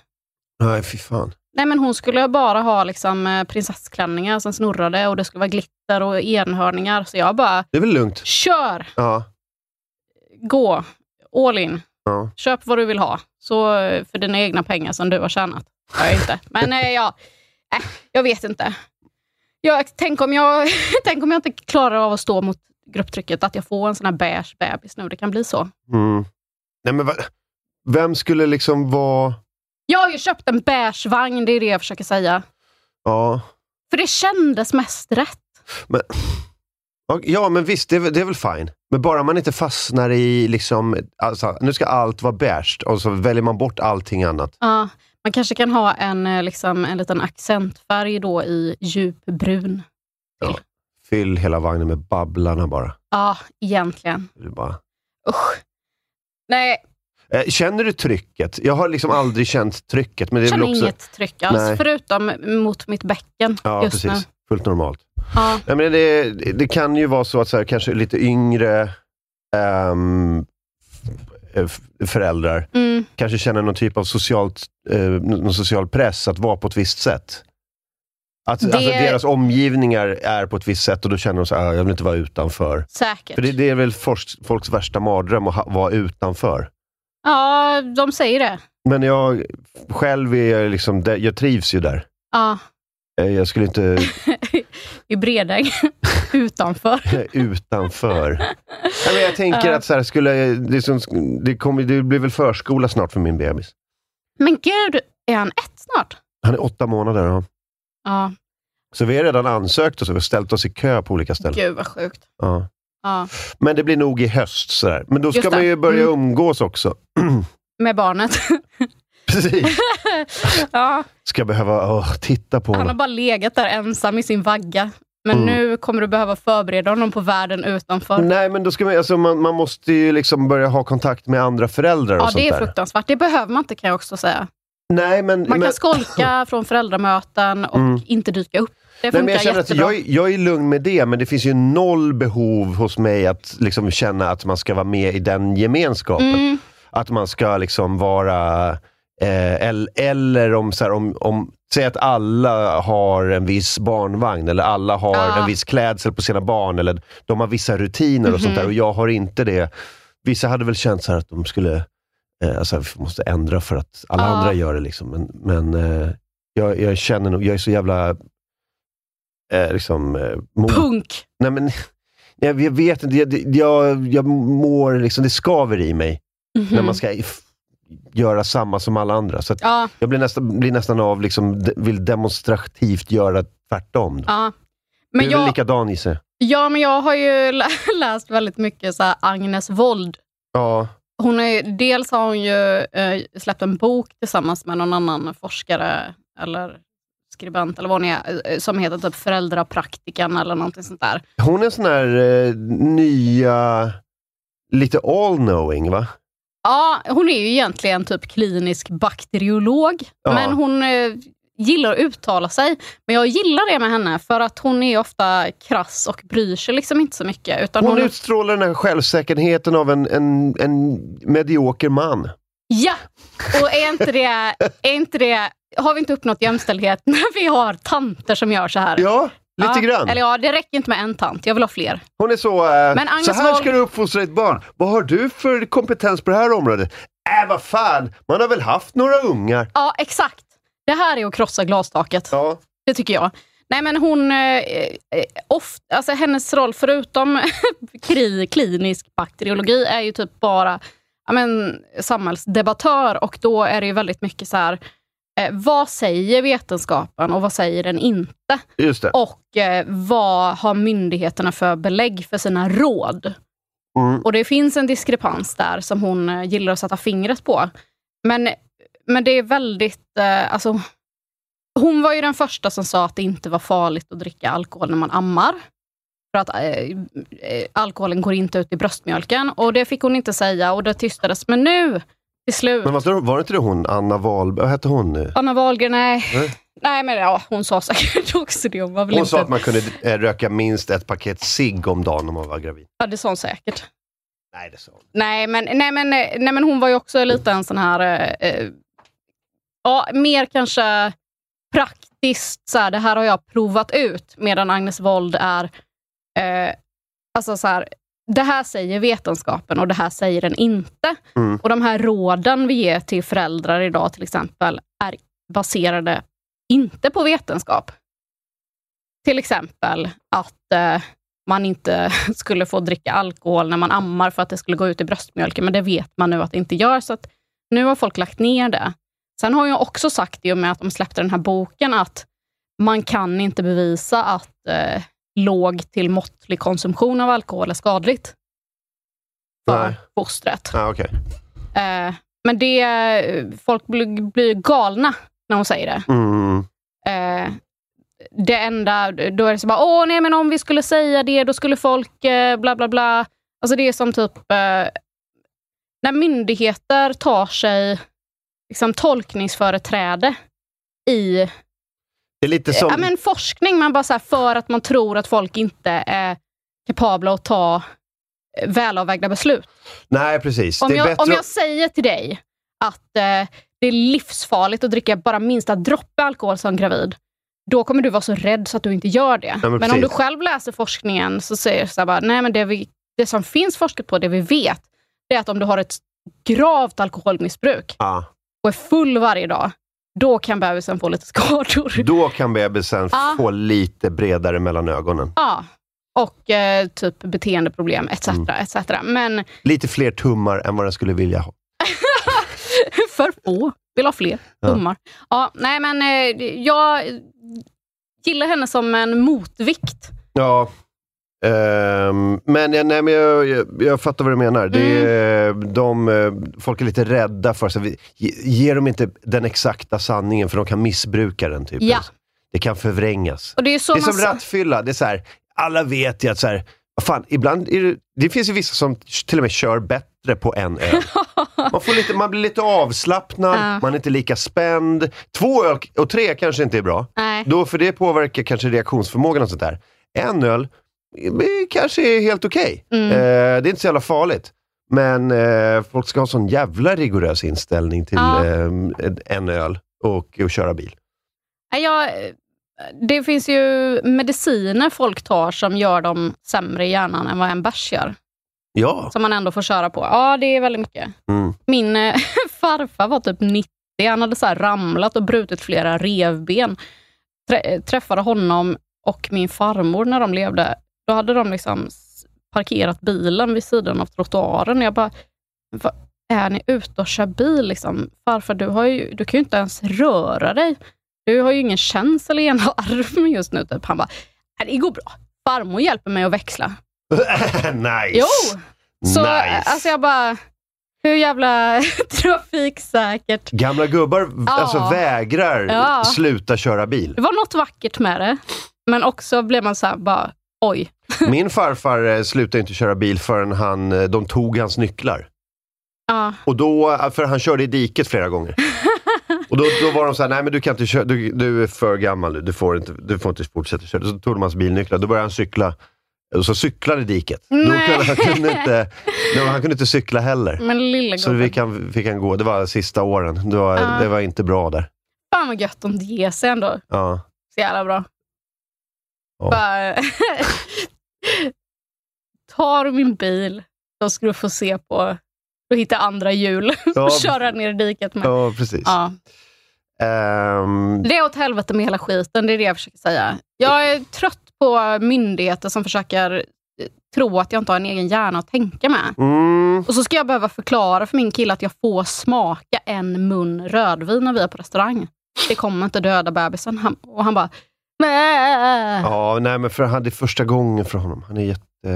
Speaker 1: Nej, fy fan.
Speaker 2: Nej, men hon skulle bara ha liksom, eh, prinsessklänningar som snurrade och det skulle vara glitter och enhörningar. Så jag bara,
Speaker 1: Det är väl lugnt?
Speaker 2: kör!
Speaker 1: Ja.
Speaker 2: gå all in.
Speaker 1: Ja.
Speaker 2: Köp vad du vill ha. Så eh, för dina egna pengar som du har tjänat. Jag inte. Men eh, ja, äh, jag vet inte. Jag, tänk, om jag, tänk om jag inte klarar av att stå mot grupptrycket, att jag får en sån här beige bebis nu. Det kan bli så.
Speaker 1: Mm. Nej, men va, vem skulle liksom vara...
Speaker 2: Jag har ju köpt en beige vagn, det är det jag försöker säga.
Speaker 1: Ja.
Speaker 2: För det kändes mest rätt.
Speaker 1: Men, ja, men visst, det är, väl- det är väl fine. Men bara man inte fastnar i, liksom, alltså, nu ska allt vara beige och så väljer man bort allting annat.
Speaker 2: Ja, man kanske kan ha en, eh, liksom, en liten accentfärg då i djupbrun.
Speaker 1: Fyll hela vagnen med Babblarna bara.
Speaker 2: Ja, egentligen.
Speaker 1: Det är bara.
Speaker 2: Usch. Nej,
Speaker 1: Eh, känner du trycket? Jag har liksom aldrig känt trycket. Men det är
Speaker 2: Jag
Speaker 1: väl
Speaker 2: känner
Speaker 1: också,
Speaker 2: inget tryck alls,
Speaker 1: Nej.
Speaker 2: förutom mot mitt bäcken
Speaker 1: Ja,
Speaker 2: just
Speaker 1: precis.
Speaker 2: nu.
Speaker 1: Fullt normalt.
Speaker 2: Ja.
Speaker 1: Nej, men det, det kan ju vara så att så här, kanske lite yngre ehm, f- föräldrar
Speaker 2: Mm.
Speaker 1: kanske känner någon typ av socialt, eh, någon social press att vara på ett visst sätt. Att,
Speaker 2: Det-
Speaker 1: Alltså deras omgivningar är på ett visst sätt och då känner de så här, "Ah, jag vill inte vara utanför.
Speaker 2: Säkert.
Speaker 1: För det, det är väl folks, folks värsta mardröm att ha, vara utanför.
Speaker 2: Ja, de säger det.
Speaker 1: Men jag själv är jag liksom, där- jag trivs ju där.
Speaker 2: Ja.
Speaker 1: Eh, Jag skulle inte
Speaker 2: I Bredäng, utanför.
Speaker 1: utanför. Nej, men jag tänker
Speaker 2: Ja.
Speaker 1: att så här, skulle, jag- det, som, det, kommer, det blir väl förskola snart för min bebis.
Speaker 2: Men gud, är han ett snart?
Speaker 1: Han är åtta månader. Ja.
Speaker 2: Ja,
Speaker 1: Så vi har redan ansökt och så, vi har ställt oss i kö på olika ställen.
Speaker 2: gud vad sjukt.
Speaker 1: Ja.
Speaker 2: Ja.
Speaker 1: Men det blir nog i höst. Sådär. Men då
Speaker 2: Just
Speaker 1: ska
Speaker 2: det.
Speaker 1: man ju börja
Speaker 2: Mm.
Speaker 1: umgås också.
Speaker 2: Med barnet.
Speaker 1: Precis.
Speaker 2: ja.
Speaker 1: Ska behöva åh, titta på
Speaker 2: Han har
Speaker 1: honom.
Speaker 2: bara legat där ensam i sin vagga. Men
Speaker 1: Mm.
Speaker 2: nu kommer du behöva förbereda honom på världen utanför.
Speaker 1: Nej, men då ska man, alltså, man, man måste ju liksom börja ha kontakt med andra föräldrar och
Speaker 2: Ja,
Speaker 1: sånt
Speaker 2: det är
Speaker 1: där.
Speaker 2: fruktansvärt. Det behöver man inte kan jag också säga.
Speaker 1: Nej, men,
Speaker 2: Man
Speaker 1: men,
Speaker 2: kan skolka från föräldramöten och
Speaker 1: Mm.
Speaker 2: inte dyka upp. Det
Speaker 1: nej,
Speaker 2: funkar
Speaker 1: men jag känner att
Speaker 2: jättebra.
Speaker 1: jag, är- jag är lugn med det, men det finns ju noll behov hos mig att liksom, känna att man ska vara med i den gemenskapen.
Speaker 2: Mm.
Speaker 1: att man ska liksom vara... Eh, el- eller om, så här, om, om säg att alla har en viss barnvagn eller alla har
Speaker 2: Ja.
Speaker 1: en viss klädsel på sina barn eller de har vissa rutiner och
Speaker 2: Mhm.
Speaker 1: sånt där och jag har inte det. Vissa hade väl känt så här att de skulle, eh, alltså vi måste ändra för att alla
Speaker 2: Ja.
Speaker 1: andra gör det liksom. Men, men eh, jag, jag känner nog, jag är så jävla eh, liksom, eh, mot
Speaker 2: Punk!
Speaker 1: Nej, men, jag, jag vet inte. Jag, jag, jag mår liksom, det skaver i mig
Speaker 2: Mhm.
Speaker 1: Mm-hmm. när man ska f- göra samma som alla andra. Så att
Speaker 2: Ja,
Speaker 1: jag blir nästan, blir nästan av, liksom, de, vill demonstrativt göra tvärtom.
Speaker 2: ja.
Speaker 1: Men
Speaker 2: Men
Speaker 1: du är väl
Speaker 2: jag,
Speaker 1: likadan Nisse?
Speaker 2: ja, men jag har ju lä- läst väldigt mycket så här Agnes Wold.
Speaker 1: Ja.
Speaker 2: Hon har ju, dels har hon ju eh, släppt en bok tillsammans med någon annan forskare eller skribent eller vad hon är, eh, som heter typ Föräldrapraktikan eller någonting sånt där.
Speaker 1: Hon är en sån här eh, nya, lite all-knowing va?
Speaker 2: Ja, hon är ju egentligen typ klinisk bakteriolog,
Speaker 1: Ja.
Speaker 2: men hon eh, gillar att uttala sig. Men jag gillar det med henne, för att hon är ofta krass och bryr sig liksom inte så mycket. Utan
Speaker 1: Hon
Speaker 2: hon
Speaker 1: utstrålar den här självsäkerheten av en, en, en medioker man.
Speaker 2: Ja! Och är inte det, är inte det, har vi inte uppnått jämställdhet när vi har tanter som gör så här?
Speaker 1: Ja, lite
Speaker 2: Ja,
Speaker 1: grann.
Speaker 2: Eller ja, det räcker inte med en tant. Jag vill ha fler.
Speaker 1: Hon är så, eh,
Speaker 2: Men Agnes
Speaker 1: så här
Speaker 2: Wold-
Speaker 1: ska du uppfostra ett barn. Vad har du för kompetens på det här området? Äh, vad fan, man har väl haft några ungar?
Speaker 2: Ja, exakt. Det här är att krossa glastaket.
Speaker 1: Ja.
Speaker 2: Det tycker jag. Nej, men hon... Eh, eh, ofta, alltså hennes roll, förutom kri, klinisk bakteriologi, är ju typ bara ja, men, samhällsdebattör. Och då är det ju väldigt mycket så här... Eh, vad säger vetenskapen och vad säger den inte?
Speaker 1: Just det.
Speaker 2: Och eh, vad har myndigheterna för belägg för sina råd?
Speaker 1: Mm.
Speaker 2: Och det finns en diskrepans där som hon eh, gillar att sätta fingret på. Men, men det är väldigt... Eh, alltså, hon var ju den första som sa att det inte var farligt att dricka alkohol när man ammar. För att eh, eh, alkoholen går inte ut i bröstmjölken. Och det fick hon inte säga och det tystades. Men nu, till slut.
Speaker 1: Men var, var det inte det hon, Anna Wahlberg, vad hette hon nu?
Speaker 2: Anna Wahlgren, nej.
Speaker 1: Nej.
Speaker 2: Nej, men ja, hon sa säkert också det. Hon, var väl
Speaker 1: Hon
Speaker 2: inte...
Speaker 1: sa att man kunde eh, röka minst ett paket cigg om dagen om man var gravid.
Speaker 2: Ja, det sa hon säkert.
Speaker 1: Nej, det sa hon.
Speaker 2: Nej men, nej, men, nej, men hon var ju också lite en sån här... eh, Eh, ja, mer kanske praktiskt, så här, det här har jag provat ut, medan Agnes Wold är... Eh, alltså så här, det här säger vetenskapen och det här säger den inte.
Speaker 1: Mm.
Speaker 2: Och de här råden vi ger till föräldrar idag till exempel, är baserade inte på vetenskap. Till exempel att eh, man inte skulle få dricka alkohol när man ammar för att det skulle gå ut i bröstmjölken, men det vet man nu att det inte gör. Så att nu har folk lagt ner det. Sen har jag också sagt, i och med att de släppte den här boken, att man kan inte bevisa att eh, låg till måttlig konsumtion av alkohol är skadligt för
Speaker 1: Nej.
Speaker 2: fostret.
Speaker 1: Ah, okej.
Speaker 2: Eh, men det, folk blir, blir galna när hon säger det.
Speaker 1: mm.
Speaker 2: Eh, det enda, då är det så bara, åh nej men om vi skulle säga det, då skulle folk eh, bla bla bla. Alltså det är som typ eh, när myndigheter tar sig liksom, tolkningsföreträde i eh,
Speaker 1: Det är lite som...
Speaker 2: ja, men forskning. Man bara så här, för att man tror att folk inte är kapabla att ta eh, välavvägda beslut.
Speaker 1: Nej, precis.
Speaker 2: Om
Speaker 1: det är
Speaker 2: jag,
Speaker 1: bättre...
Speaker 2: om jag säger till dig att eh, det är livsfarligt att dricka bara minsta droppe alkohol som gravid, då kommer du vara så rädd så att du inte gör det.
Speaker 1: men
Speaker 2: men om
Speaker 1: precis.
Speaker 2: du själv läser forskningen så säger du så här bara, nej men det, vi, det som finns forskat på, det vi vet, det är att om du har ett gravt alkoholmissbruk
Speaker 1: Ja,
Speaker 2: och är full varje dag, då kan bebisen få lite skador.
Speaker 1: då kan bebisen
Speaker 2: Ja.
Speaker 1: få lite bredare mellan ögonen.
Speaker 2: Ja. Och eh, typ beteendeproblem etc. etc. Men
Speaker 1: Lite fler tummar än vad den skulle vilja ha.
Speaker 2: för få. Vill ha fler
Speaker 1: Ja.
Speaker 2: tummar. Ja. nej, men eh, jag gillar henne som en motvikt.
Speaker 1: Ja. Ehm, men jag- nej, men jag, jag, jag fattar vad du menar.
Speaker 2: Mm.
Speaker 1: Det är, de, eh, folk är lite rädda för sig. Ge, ge dem inte den exakta sanningen, för de kan missbruka den. Typ.
Speaker 2: Ja.
Speaker 1: Det kan förvrängas.
Speaker 2: Och det är ju så
Speaker 1: det är
Speaker 2: man...
Speaker 1: som rattfylla. Det är så här, alla vet ju att så här, vad fan, ibland är det, det finns ju vissa som till och med kör bättre på en öl. Man, får lite, man blir lite avslappnad,
Speaker 2: Ja.
Speaker 1: man är inte lika spänd. Två öl och tre kanske inte är bra.
Speaker 2: Nej.
Speaker 1: Då, för det påverkar kanske reaktionsförmågan och sånt
Speaker 2: Mm.
Speaker 1: där. En öl eh, kanske är helt okej. Eh, det är inte så jävla farligt. Men eh, folk ska ha en sån jävla rigorös inställning till
Speaker 2: Ja.
Speaker 1: eh, en öl och, och köra bil.
Speaker 2: Nej, Jag, det finns ju mediciner folk tar som gör dem sämre i hjärnan än vad en bärs gör.
Speaker 1: Ja.
Speaker 2: Som man ändå får köra på. Ja, det är väldigt mycket.
Speaker 1: Mm.
Speaker 2: Min eh, farfar var typ 90. Han hade så här ramlat och brutit flera revben. Trä, eh, träffade honom och min farmor när de levde. Då hade de liksom s- parkerat bilen vid sidan av trottoaren. Jag bara, "Va- är ni ute och kör bil? Liksom? Farfar, du, har ju, du kan ju inte ens röra dig. Du har ju ingen känsla i ena armen just nu. Typ. Han bara, "Nej, det går bra. Farmor hjälper mig att växla.
Speaker 1: nice!
Speaker 2: Jo! Så
Speaker 1: nice.
Speaker 2: alltså jag bara, hur jävla trafiksäkert.
Speaker 1: Gamla gubbar v-
Speaker 2: Ja.
Speaker 1: alltså, vägrar
Speaker 2: Ja.
Speaker 1: sluta köra bil.
Speaker 2: Det var något vackert med det, men också blev man så här bara, oj.
Speaker 1: Min farfar eh, slutade inte köra bil förrän han, eh, de tog hans nycklar.
Speaker 2: Ja,
Speaker 1: Och då, för han körde i diket flera gånger. Och då, då var de så här, nej men du kan inte köra, du, du är för gammal nu, du får inte, du får inte fortsätta köra. Så tog de hans bilnycklar, då började han cykla. Och så cyklade diket. Då
Speaker 2: Nej.
Speaker 1: kunde, han, kunde inte, nej, men han kunde inte cykla heller.
Speaker 2: men lilla
Speaker 1: Så
Speaker 2: gubben.
Speaker 1: vi kan, fick han gå, det var sista åren. Det var,
Speaker 2: Ja.
Speaker 1: det var inte bra där.
Speaker 2: Fan vad gött om det ger sig ändå.
Speaker 1: Ja.
Speaker 2: Så jävla bra.
Speaker 1: Ja.
Speaker 2: Bara, tar du min bil, då ska du få se på och hitta andra hjul
Speaker 1: Ja.
Speaker 2: och köra ner i diket med.
Speaker 1: Ja, precis.
Speaker 2: Ja.
Speaker 1: Ehm,
Speaker 2: Det är åt helvete med hela skiten, det är det jag försöker säga. Jag är trött på myndigheter som försöker eh, tro att jag inte har en egen hjärna att tänka med.
Speaker 1: mm,
Speaker 2: Och så ska jag behöva förklara för min kille att jag får smaka en mun rödvin när vi är på restaurang. Det kommer inte döda bebisen. Han, och han bara... "Mäh."
Speaker 1: ja, nej men för han, det är första gången för honom. Han är jätte...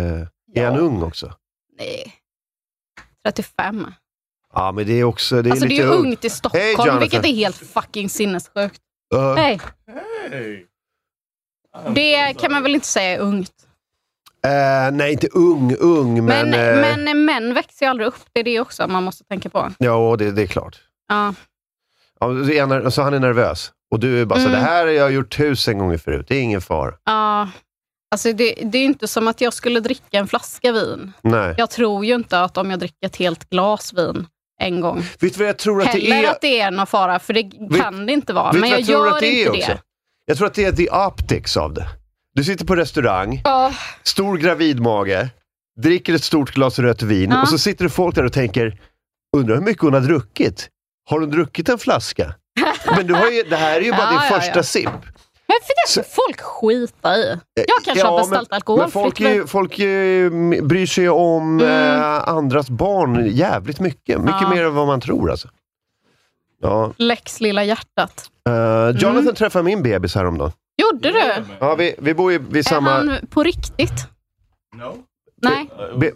Speaker 1: Är han ung också?
Speaker 2: Nej. 35.
Speaker 1: Ja, men det är också, det är
Speaker 2: alltså det
Speaker 1: lite
Speaker 2: är ju
Speaker 1: ungt.
Speaker 2: ungt i Stockholm,
Speaker 1: Jonathan.
Speaker 2: vilket är helt fucking sinnessjukt.
Speaker 1: Ja.
Speaker 2: Hej! Det kan man väl inte säga är ungt.
Speaker 1: Eh, nej, inte ung, ung, men...
Speaker 2: Men,
Speaker 1: eh,
Speaker 2: men, men män växer ju aldrig upp. Det är det också man måste tänka på.
Speaker 1: Ja, det, det är klart.
Speaker 2: Ja.
Speaker 1: Ja, så är han- Så han är nervös. Och du är bara så
Speaker 2: Mm.
Speaker 1: det här har jag gjort tusen gånger förut. Det är ingen fara.
Speaker 2: Ja. Alltså det, det är ju inte som att jag skulle dricka en flaska vin.
Speaker 1: Nej.
Speaker 2: Jag tror ju inte att om jag dricker ett helt glas vin en gång,
Speaker 1: Vet du vad jag tror att det
Speaker 2: heller
Speaker 1: är?
Speaker 2: att det är någon fara, för det kan det inte vara.
Speaker 1: Vet du
Speaker 2: Men
Speaker 1: vad
Speaker 2: jag,
Speaker 1: tror
Speaker 2: gör
Speaker 1: att det är
Speaker 2: inte
Speaker 1: också?
Speaker 2: det.
Speaker 1: Jag tror att det är the optics av det. Du sitter på restaurang,
Speaker 2: Ja,
Speaker 1: stor gravidmage, dricker ett stort glas rött vin
Speaker 2: Ja.
Speaker 1: och så sitter det folk där och tänker, undrar hur mycket hon har druckit? Har hon druckit en flaska? Men du har ju, det här är ju bara
Speaker 2: Ja,
Speaker 1: din
Speaker 2: ja,
Speaker 1: första
Speaker 2: ja.
Speaker 1: sipp.
Speaker 2: men för det ska folk skita i. Jag kanske har beställt
Speaker 1: Eh, men,
Speaker 2: alkoholfritt
Speaker 1: Men folk, är,
Speaker 2: vin.
Speaker 1: ju- folk är, ju- bryr sig om
Speaker 2: Mm.
Speaker 1: eh, andras barn jävligt mycket. Mycket
Speaker 2: Ja.
Speaker 1: mer än vad man tror alltså. Ja.
Speaker 2: Lex lilla hjärtat.
Speaker 1: eh,
Speaker 2: Mm.
Speaker 1: Jonathan träffade min bebis häromdagen.
Speaker 2: Gjorde du?
Speaker 1: Ja, vi, vi bor ju vid samma...
Speaker 2: Är han på riktigt? Nej.
Speaker 4: Uh,
Speaker 1: Be...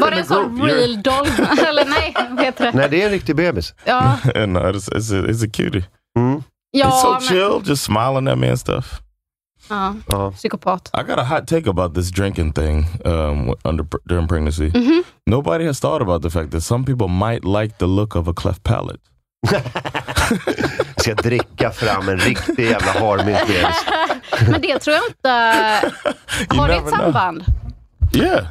Speaker 2: Var det en sån real doll? Eller nej, vad heter det?
Speaker 1: Nej, det är en riktig bebis.
Speaker 2: Ja,
Speaker 4: and uh, it's, it's, a, it's a cutie.
Speaker 1: Mm.
Speaker 4: He's so
Speaker 2: ja, men,
Speaker 4: chill, just smiling at me and stuff.
Speaker 2: ja
Speaker 1: Ja.
Speaker 2: psykopat.
Speaker 4: I got a hot take about this drinking thing um, w- under pr- during pregnancy. Nobody has thought about the fact that some people might like the look of a cleft palate.
Speaker 1: Ska dricka fram en riktig jävla harmynt bebis.
Speaker 2: Men det tror jag inte...
Speaker 4: You
Speaker 2: Har det
Speaker 4: never
Speaker 2: ett
Speaker 4: know.
Speaker 2: samband?
Speaker 4: Yeah.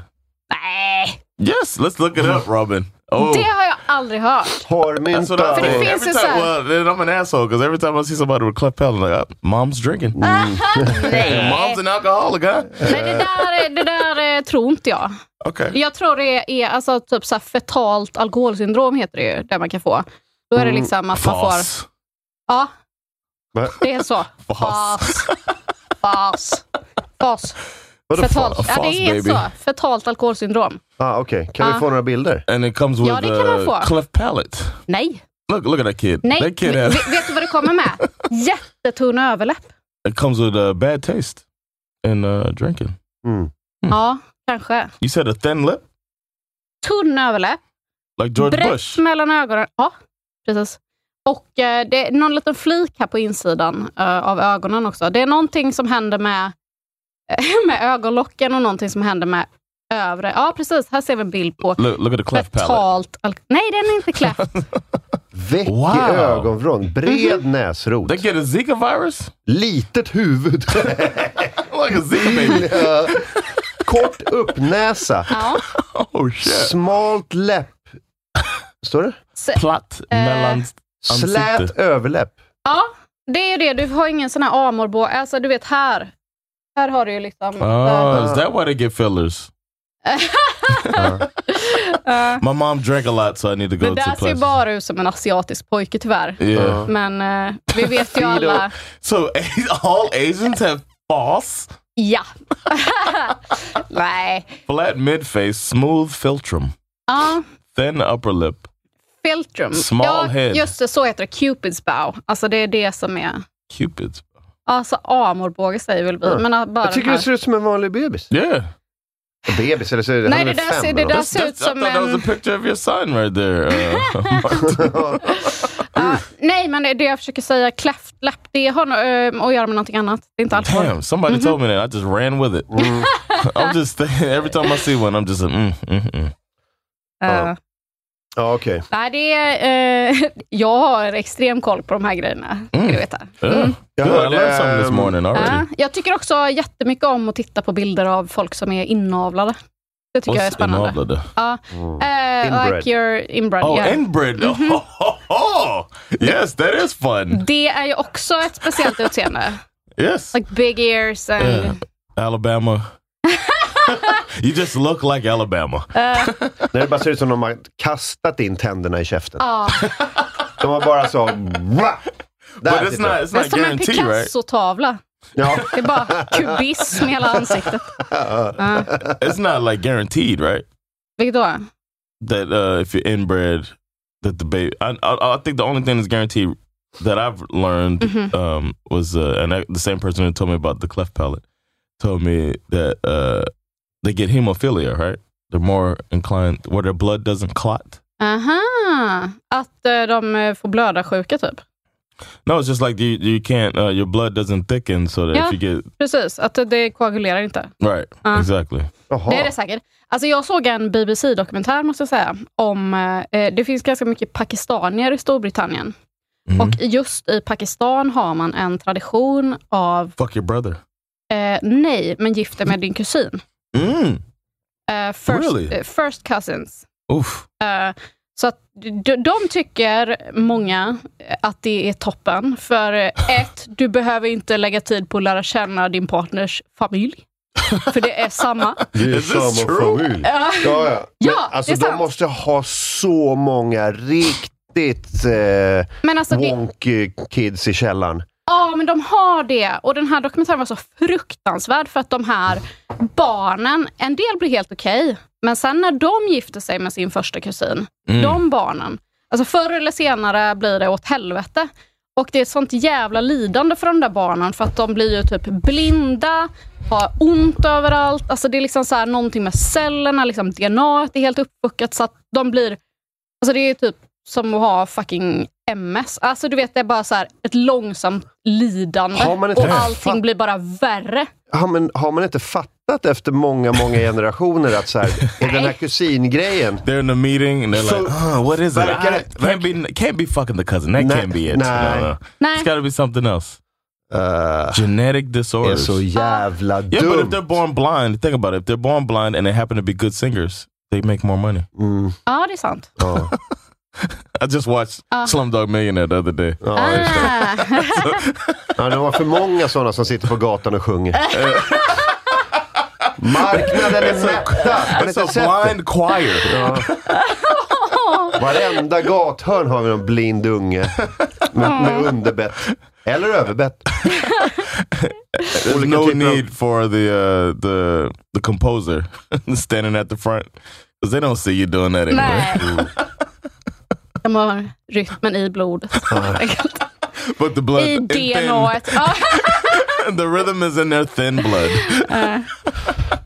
Speaker 2: Nej,
Speaker 4: Yes. Let's look it up, Robin. Oh.
Speaker 2: det har jag aldrig hört.
Speaker 4: That's what
Speaker 1: Harmynta
Speaker 4: I
Speaker 2: För det
Speaker 4: think.
Speaker 1: och...
Speaker 2: finns
Speaker 4: Every
Speaker 2: ju så
Speaker 4: time,
Speaker 2: här-
Speaker 4: well, then I'm an asshole because every time I see somebody with cleft palate, I'm like, "Ah, mom's drinking.
Speaker 2: Nej.
Speaker 4: Mom's an alcoholic, huh?
Speaker 2: Men det där, det där eh, tror inte jag.
Speaker 4: Okay.
Speaker 2: Jag tror det är alltså, typ så här fetalt alkoholsyndrom, heter det ju, där man kan få. Då
Speaker 4: Mm.
Speaker 2: är det liksom att man får...
Speaker 4: False.
Speaker 2: Ja,
Speaker 1: Va?
Speaker 2: det är så.
Speaker 4: Fas.
Speaker 2: Fas. Fas. Fas.
Speaker 1: Vadå
Speaker 2: Fetalt.
Speaker 4: fa-
Speaker 2: ja,
Speaker 4: fas,
Speaker 2: det är
Speaker 4: baby?
Speaker 2: så. Fetalt alkoholsyndrom.
Speaker 1: Ah, Okej, kan vi
Speaker 2: Ja.
Speaker 1: få några bilder?
Speaker 4: And it comes with
Speaker 2: Ja, det kan man
Speaker 4: a
Speaker 2: få.
Speaker 4: cleft palate.
Speaker 2: Nej.
Speaker 4: Look, look at that kid.
Speaker 2: Nej.
Speaker 4: That kid
Speaker 2: Ve-
Speaker 4: has,
Speaker 2: ve- vet du vad det kommer med? Jättetunn överläpp.
Speaker 4: it comes with a bad taste in uh, drinking.
Speaker 1: Mm.
Speaker 2: Ja, kanske.
Speaker 4: You said a thin lip,
Speaker 2: Tunn överläpp.
Speaker 4: like George
Speaker 2: Brett
Speaker 4: Bush.
Speaker 2: mellan ögonen. Ja, precis. Och eh, det är någon liten flik här på insidan eh, av ögonen också. Det är någonting som händer med, med ögonlocken och någonting som händer med övre. Ja, precis. Här ser vi en bild på
Speaker 4: Look, look at the cleft palate.
Speaker 2: betalt alk- Nej, den är inte kläft.
Speaker 1: Väck
Speaker 4: Wow.
Speaker 1: i ögonvrån, bred
Speaker 2: Mhm.
Speaker 1: näsrot,
Speaker 4: They get a Zika virus?
Speaker 1: litet huvud.
Speaker 4: Like a Zika baby.
Speaker 1: Ja. Kort uppnäsa.
Speaker 2: Ja.
Speaker 4: Oh shit.
Speaker 1: Smalt läpp. Står det?
Speaker 4: Platt mellan... Ansikte.
Speaker 1: Slät överläpp.
Speaker 2: ja, det är ju det. Du har ingen sån här amorbå. Alltså du vet här. Här har du ju liksom.
Speaker 1: Ah,
Speaker 4: Oh, is that why they get fillers?
Speaker 2: eh,
Speaker 4: My mom drank a lot so I need to go
Speaker 2: det
Speaker 4: to
Speaker 2: där ser ju
Speaker 4: places.
Speaker 2: bara ut som en asiatisk pojke tyvärr.
Speaker 4: Yeah.
Speaker 1: Ja.
Speaker 2: Men eh, vi vet ju
Speaker 1: Fido.
Speaker 2: alla.
Speaker 4: So all Asians have false,
Speaker 2: Ja. Nej.
Speaker 4: flat mid face, smooth philtrum,
Speaker 2: Ja,
Speaker 4: thin upper lip.
Speaker 2: Filtrum.
Speaker 4: Small
Speaker 2: ja,
Speaker 4: head.
Speaker 2: just det. Så heter det. Cupid's bow. Alltså det är det som är...
Speaker 4: Cupid's.
Speaker 2: Alltså amorbåge säger väl vi.
Speaker 1: Ja.
Speaker 2: Men att bara
Speaker 1: Jag tycker
Speaker 2: den
Speaker 1: det
Speaker 2: här-
Speaker 1: ser ut som en vanlig bebis.
Speaker 4: Yeah.
Speaker 1: Bebis, eller så är det,
Speaker 2: Nej,
Speaker 1: han är
Speaker 2: det där
Speaker 1: fem
Speaker 2: ser-
Speaker 1: eller
Speaker 2: det där
Speaker 1: något.
Speaker 4: That's,
Speaker 2: ser ut
Speaker 4: that's, I
Speaker 2: som
Speaker 4: thought that was
Speaker 2: en-
Speaker 4: a picture of your sign right there. Uh,
Speaker 2: Ja, nej, men det jag försöker säga, kläftläpp, det har nog, ehm, att göra med någonting annat. Det är inte alls
Speaker 4: damn, somebody told me that. I just ran with it. I'm just thinking, every time I see one, I'm just like, mm, mm, mm.
Speaker 2: Eh,
Speaker 1: Ja, okej.
Speaker 2: Nej, det är, eh, jag har extrem koll på de här grejerna.
Speaker 1: Mm.
Speaker 2: Ska du veta. Mm.
Speaker 4: Yeah.
Speaker 1: Jag
Speaker 4: Good, I
Speaker 1: hörde,
Speaker 4: learned something this
Speaker 1: ehm,
Speaker 4: morning
Speaker 2: Ja,
Speaker 4: already.
Speaker 2: jag tycker också jättemycket om att titta på bilder av folk som är inavlade. Det tycker jag är
Speaker 4: What's the
Speaker 2: spännande.
Speaker 4: novel there?
Speaker 2: Ja, eh,
Speaker 1: Inbred.
Speaker 2: like your inbred.
Speaker 4: Oh,
Speaker 2: ja.
Speaker 4: inbred. Oh, yes, that is fun.
Speaker 2: det är ju också ett speciellt utseende.
Speaker 4: Yes.
Speaker 2: Like big ears and...
Speaker 4: Yeah. Alabama. you just look like Alabama.
Speaker 1: När det bara ser ut som de har kastat in tänderna i käften.
Speaker 2: Ja,
Speaker 1: De har bara så... Va?
Speaker 4: But
Speaker 1: Där
Speaker 4: it's
Speaker 1: sitter
Speaker 4: not,
Speaker 1: den.
Speaker 4: it's
Speaker 2: det är
Speaker 4: not
Speaker 2: som en
Speaker 4: guaranteed, right?
Speaker 2: Picasso-tavla.
Speaker 1: Ja.
Speaker 2: Det är bara kubism i hela ansiktet. Ja.
Speaker 4: It's not like guaranteed, right?
Speaker 2: Vilket då?
Speaker 4: That uh, if you're inbred, that the baby. I, I, I think the only thing that's guaranteed that I've learned
Speaker 2: Mm-hmm.
Speaker 4: um, was, uh, and I, the same person who told me about the cleft palate told me that uh, they get hemophilia, right? They're more inclined where their blood doesn't clot.
Speaker 2: Aha, att eh, de eh, får blöda sjuka typ.
Speaker 4: No, it's just like you, you can't. Uh, your blood doesn't thicken, so that
Speaker 2: Yeah.
Speaker 4: if you get
Speaker 2: Precis, att eh, det koagulerar inte.
Speaker 4: right,
Speaker 2: Uh.
Speaker 4: exactly.
Speaker 2: Det är
Speaker 1: Jaha.
Speaker 2: det säkert. Alltså jag såg en BBC-dokumentär måste jag säga. Om, eh, det finns ganska mycket pakistanier i Storbritannien.
Speaker 4: Mhm.
Speaker 2: Och just i Pakistan har man en tradition av,
Speaker 4: Fuck your brother.
Speaker 2: eh, nej, men gift dig med din kusin.
Speaker 4: Mm.
Speaker 2: Eh, first,
Speaker 4: Really?
Speaker 2: eh, first cousins.
Speaker 4: Oof.
Speaker 2: Eh, Så att de, de tycker, många, eh, att det är toppen. För eh, ett, du behöver inte lägga tid på att lära känna din partners familj. För det är samma.
Speaker 1: Det är
Speaker 4: Is this
Speaker 1: samma
Speaker 4: true?
Speaker 1: familj. Ja, ja. Men,
Speaker 2: Ja,
Speaker 1: alltså,
Speaker 2: det är
Speaker 1: de
Speaker 2: sant.
Speaker 1: måste ha så många riktigt eh,
Speaker 2: Men alltså, det,
Speaker 1: wonky kids i källaren.
Speaker 2: ja, men de har det. Och den här dokumentären var så fruktansvärd för att de här barnen, en del blir helt okej. men sen när de gifter sig med sin första kusin, de barnen, alltså förr eller senare blir det åt helvete. Och det är ett sånt jävla lidande för de där barnen för att de blir ju typ blinda, har ont överallt. Alltså det är liksom så här någonting med cellerna, liksom DNA är helt uppfuckat så att de blir... Alltså det är typ som att ha fucking MS. Alltså du vet, det är bara så här ett långsamt lidande
Speaker 1: Har man inte
Speaker 2: och
Speaker 1: träffat-
Speaker 2: allting blir bara värre.
Speaker 1: Har man, har man inte fattat efter många, många generationer att så här, och den här kusingrejen,
Speaker 4: They're in a meeting and they're
Speaker 1: So-
Speaker 4: like, "Huh, "What is it?
Speaker 1: Verkar-
Speaker 4: I- can't be, can't be fucking the cousin. That
Speaker 1: Nej,
Speaker 4: can't be it.
Speaker 1: nej.
Speaker 2: Nej.
Speaker 4: It's got to be something else.
Speaker 1: eh,
Speaker 4: Genetic
Speaker 1: är
Speaker 4: disorders.
Speaker 1: så jävla
Speaker 4: yeah, but if
Speaker 1: dumt.
Speaker 4: they're born blind, think about it. If they're born blind and they happen to be good singers, they make more money.
Speaker 1: Mm,
Speaker 2: Ja, det är sant.
Speaker 1: ja.
Speaker 4: I just watched Slumdog Millionaire the other day.
Speaker 1: Ja, just det.
Speaker 2: Ah.
Speaker 1: Ja, de har för många sådana som sitter på gatan och sjunger. Marknaden är mättad. Har ni
Speaker 4: It's a
Speaker 1: inte sett det?
Speaker 4: blind choir.
Speaker 1: Ja. Varenda gathörn har vi någon blind unge med, med underbett. Eller överbett.
Speaker 4: There's
Speaker 1: Olika
Speaker 4: no
Speaker 1: typer av-
Speaker 4: need for the uh, the the composer standing at the front because they don't see you doing that anyway.
Speaker 2: Nej. De har rytmen i blodet.
Speaker 4: But the blood
Speaker 2: I
Speaker 4: in thin-
Speaker 2: DNA. -et. Ja,
Speaker 4: the rhythm is in their thin blood.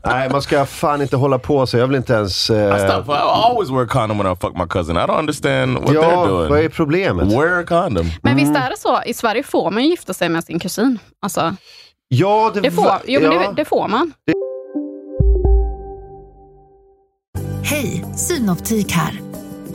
Speaker 1: Nej, man ska fan inte hålla på sig. Jag vill inte ens... eh,
Speaker 4: I stop. I always wear a condom when I fuck my cousin. I don't understand what
Speaker 1: ja,
Speaker 4: they're
Speaker 1: vad är
Speaker 4: doing.
Speaker 1: problemet?
Speaker 4: Wear a condom.
Speaker 2: Men visst
Speaker 1: Mm.
Speaker 2: är det så, i Sverige får man ju gifta sig med sin kusin. Alltså,
Speaker 1: Ja, det,
Speaker 2: det, får,
Speaker 1: va-
Speaker 2: jo, men
Speaker 1: ja.
Speaker 2: det, det får man.
Speaker 5: Hej, Synoptik här.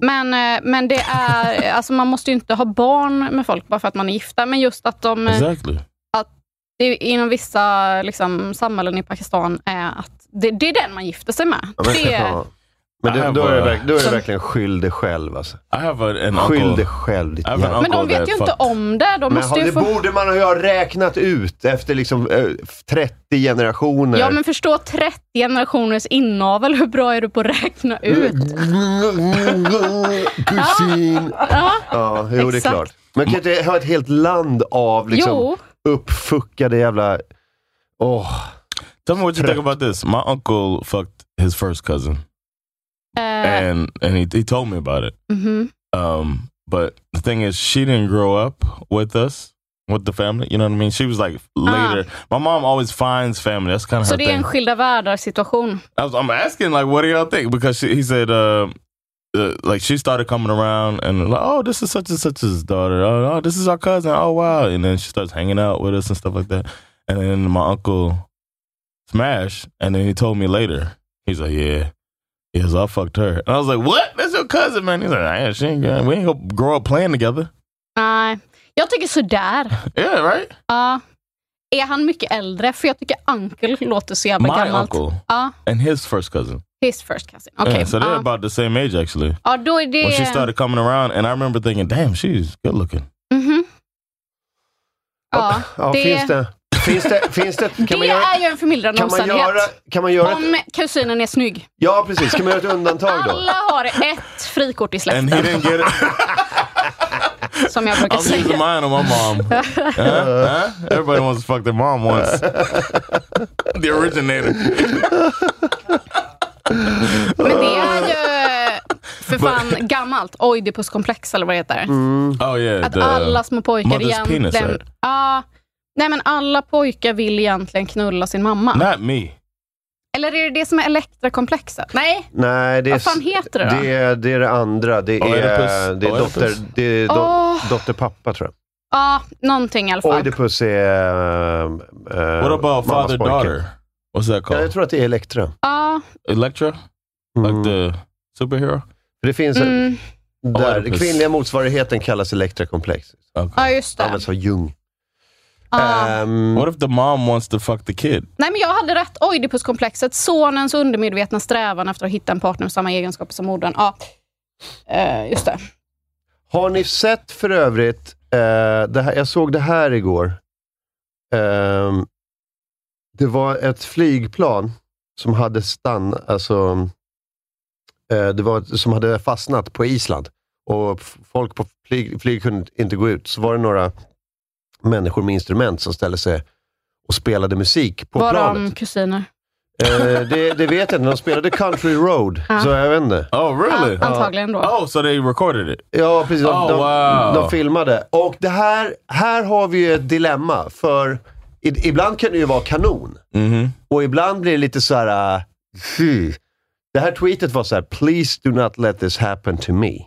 Speaker 2: Men, eh, men det är, alltså man måste ju inte ha barn med folk bara för att man är gifta. Men just att de... eh,
Speaker 4: Exactly.
Speaker 2: det är, inom vissa liksom, samhällen i Pakistan är att det, det är den man gifter sig med.
Speaker 1: Ja, men
Speaker 2: det,
Speaker 1: ja. men
Speaker 4: Det här
Speaker 1: du, då, är det,
Speaker 4: var-
Speaker 1: verk- då är det verkligen skyll dig själv alltså.
Speaker 4: I have a, an
Speaker 1: Skyll dig
Speaker 4: uncle.
Speaker 1: själv ditt
Speaker 4: Ja, men-
Speaker 1: jävla...
Speaker 2: men de
Speaker 4: Uncle,
Speaker 2: vet ju
Speaker 4: det är
Speaker 2: inte om det. De
Speaker 1: Men
Speaker 2: måste
Speaker 1: det
Speaker 2: ju få...
Speaker 1: borde man ju ha räknat ut efter liksom eh, 30 generationer.
Speaker 2: Ja, men förstå 30 generationers inavel. Hur bra är du på att räkna
Speaker 1: Mm.
Speaker 2: ut?
Speaker 1: Kusin!
Speaker 2: Ja.
Speaker 1: Ja, jo det är
Speaker 2: Exakt.
Speaker 1: klart. Men kan inte ha ett helt land av liksom
Speaker 2: Jo,
Speaker 1: uppfuckade jävla... Åh,
Speaker 4: Tell me what you think about this. My uncle fucked his first cousin,
Speaker 2: eh,
Speaker 4: and and he he told me about it.
Speaker 2: mhm.
Speaker 4: Um, but the thing is, she didn't grow up with us, with the family. You know what I mean? She was like later. My mom always finds family. That's kind of
Speaker 2: Så
Speaker 4: her
Speaker 2: det är
Speaker 4: thing.
Speaker 2: en skilda världar-situation.
Speaker 4: I was, I'm asking, like, what do y'all think? Because she, he said, uh, uh, like, she started coming around and like, oh, this is such and such's daughter. Oh, oh, this is our cousin. Oh, wow. And then she starts hanging out with us and stuff like that. And then my uncle smashed, and then he told me later. He's like, yeah. Yes, I fucked her. And I was like, what? That's your cousin, man. He's like, yeah, she ain't gonna, we ain't gonna grow up playing together.
Speaker 2: Nej, jag tycker sådär.
Speaker 4: Yeah, right?
Speaker 2: Ja. är han mycket äldre? För jag tycker uncle låter så jävla
Speaker 4: My
Speaker 2: gammalt.
Speaker 4: uncle
Speaker 2: Ja,
Speaker 4: and his first cousin.
Speaker 2: his first cousin. Okej.
Speaker 1: Eh,
Speaker 4: Yeah, so they're
Speaker 2: ja.
Speaker 4: about the same age, actually.
Speaker 2: ja, då är det...
Speaker 4: When she started coming around, and I remember thinking, damn, she's good looking.
Speaker 2: Mhm. Ja,
Speaker 1: ja,
Speaker 2: det,
Speaker 1: finns det? Finns det? Finns det? Kan man
Speaker 2: det
Speaker 1: göra...
Speaker 2: är ju en förmildrande
Speaker 1: Kan man
Speaker 2: omständighet.
Speaker 1: göra... Kan man göra ett...
Speaker 2: Om kusinen är snygg.
Speaker 1: Ja, precis. Kan man göra ett undantag då?
Speaker 2: Alla har ett frikort i
Speaker 4: And he
Speaker 2: släkten,
Speaker 4: didn't get it.
Speaker 2: som jag brukar
Speaker 4: I'm
Speaker 2: säga.
Speaker 4: losing mine on my mom. Huh? Huh? Everybody wants to fuck their mom once. the originator.
Speaker 2: Men det är ju för fan gammalt. Oidipus-komplex eller vad det heter.
Speaker 1: Mm.
Speaker 4: Oh yeah.
Speaker 2: Att alla små pojkar
Speaker 4: mother's penis, eh.
Speaker 2: egentligen...
Speaker 4: right?
Speaker 2: Ja. nej, men alla pojkar vill egentligen knulla sin mamma.
Speaker 4: Not me.
Speaker 2: Eller är det det som är elektrakomplexet? Nej,
Speaker 1: Nej, det är...
Speaker 2: vad fan heter det då?
Speaker 1: Det är, det är det andra. Det är,
Speaker 4: Oedipus.
Speaker 1: det är
Speaker 4: Oedipus.
Speaker 1: dotter, det är do,
Speaker 2: Åh.
Speaker 1: dotter pappa tror jag.
Speaker 2: Ja, någonting i alla fall.
Speaker 1: Oidipus är... ehm, eh,
Speaker 4: What about
Speaker 1: mammas
Speaker 4: father
Speaker 1: pojke.
Speaker 4: daughter? What's that
Speaker 1: Ja, jag
Speaker 4: called?
Speaker 1: tror att det är Elektra.
Speaker 2: Ja,
Speaker 4: Electra,
Speaker 1: Mm.
Speaker 4: like the superhero.
Speaker 1: Det finns en,
Speaker 2: mm,
Speaker 1: där,
Speaker 4: Oedipus.
Speaker 1: kvinnliga motsvarigheten kallas Elektra-komplex.
Speaker 4: Okay.
Speaker 2: ja, just det.
Speaker 1: Används av Jung.
Speaker 2: Ja.
Speaker 1: Ehm,
Speaker 4: What if the mom wants to fuck the kid?
Speaker 2: Nej, men jag hade rätt. Oidipuskomplexet, sonens undermedvetna strävan efter att hitta en partner med samma egenskaper som modern. Ja, Eh, just det.
Speaker 1: har ni sett för övrigt, eh, det här, jag såg det här igår. Ehm, det var ett flygplan som hade stann, alltså, eh, det var, ett- som hade fastnat på Island. Och f- folk på flyg, flyg kunde inte gå ut. Så var det några människor med instrument som ställde sig och spelade musik på
Speaker 2: Var
Speaker 1: planet.
Speaker 2: de kusiner?
Speaker 1: Eh, det, det vet jag inte. De spelade Country Road,
Speaker 2: Ja.
Speaker 1: så jag vet inte.
Speaker 4: Oh really?
Speaker 2: Ja, antagligen då.
Speaker 4: Oh, so they recorded it.
Speaker 1: Ja, precis. De,
Speaker 4: Oh,
Speaker 1: de,
Speaker 4: wow.
Speaker 1: de filmade. Och det här, här har vi ju ett dilemma. För i, ibland kan det ju vara kanon.
Speaker 4: Mm-hmm.
Speaker 1: Och ibland blir det lite så här... Uh, fy. det här tweetet var så här, “Please do not let this happen to me”.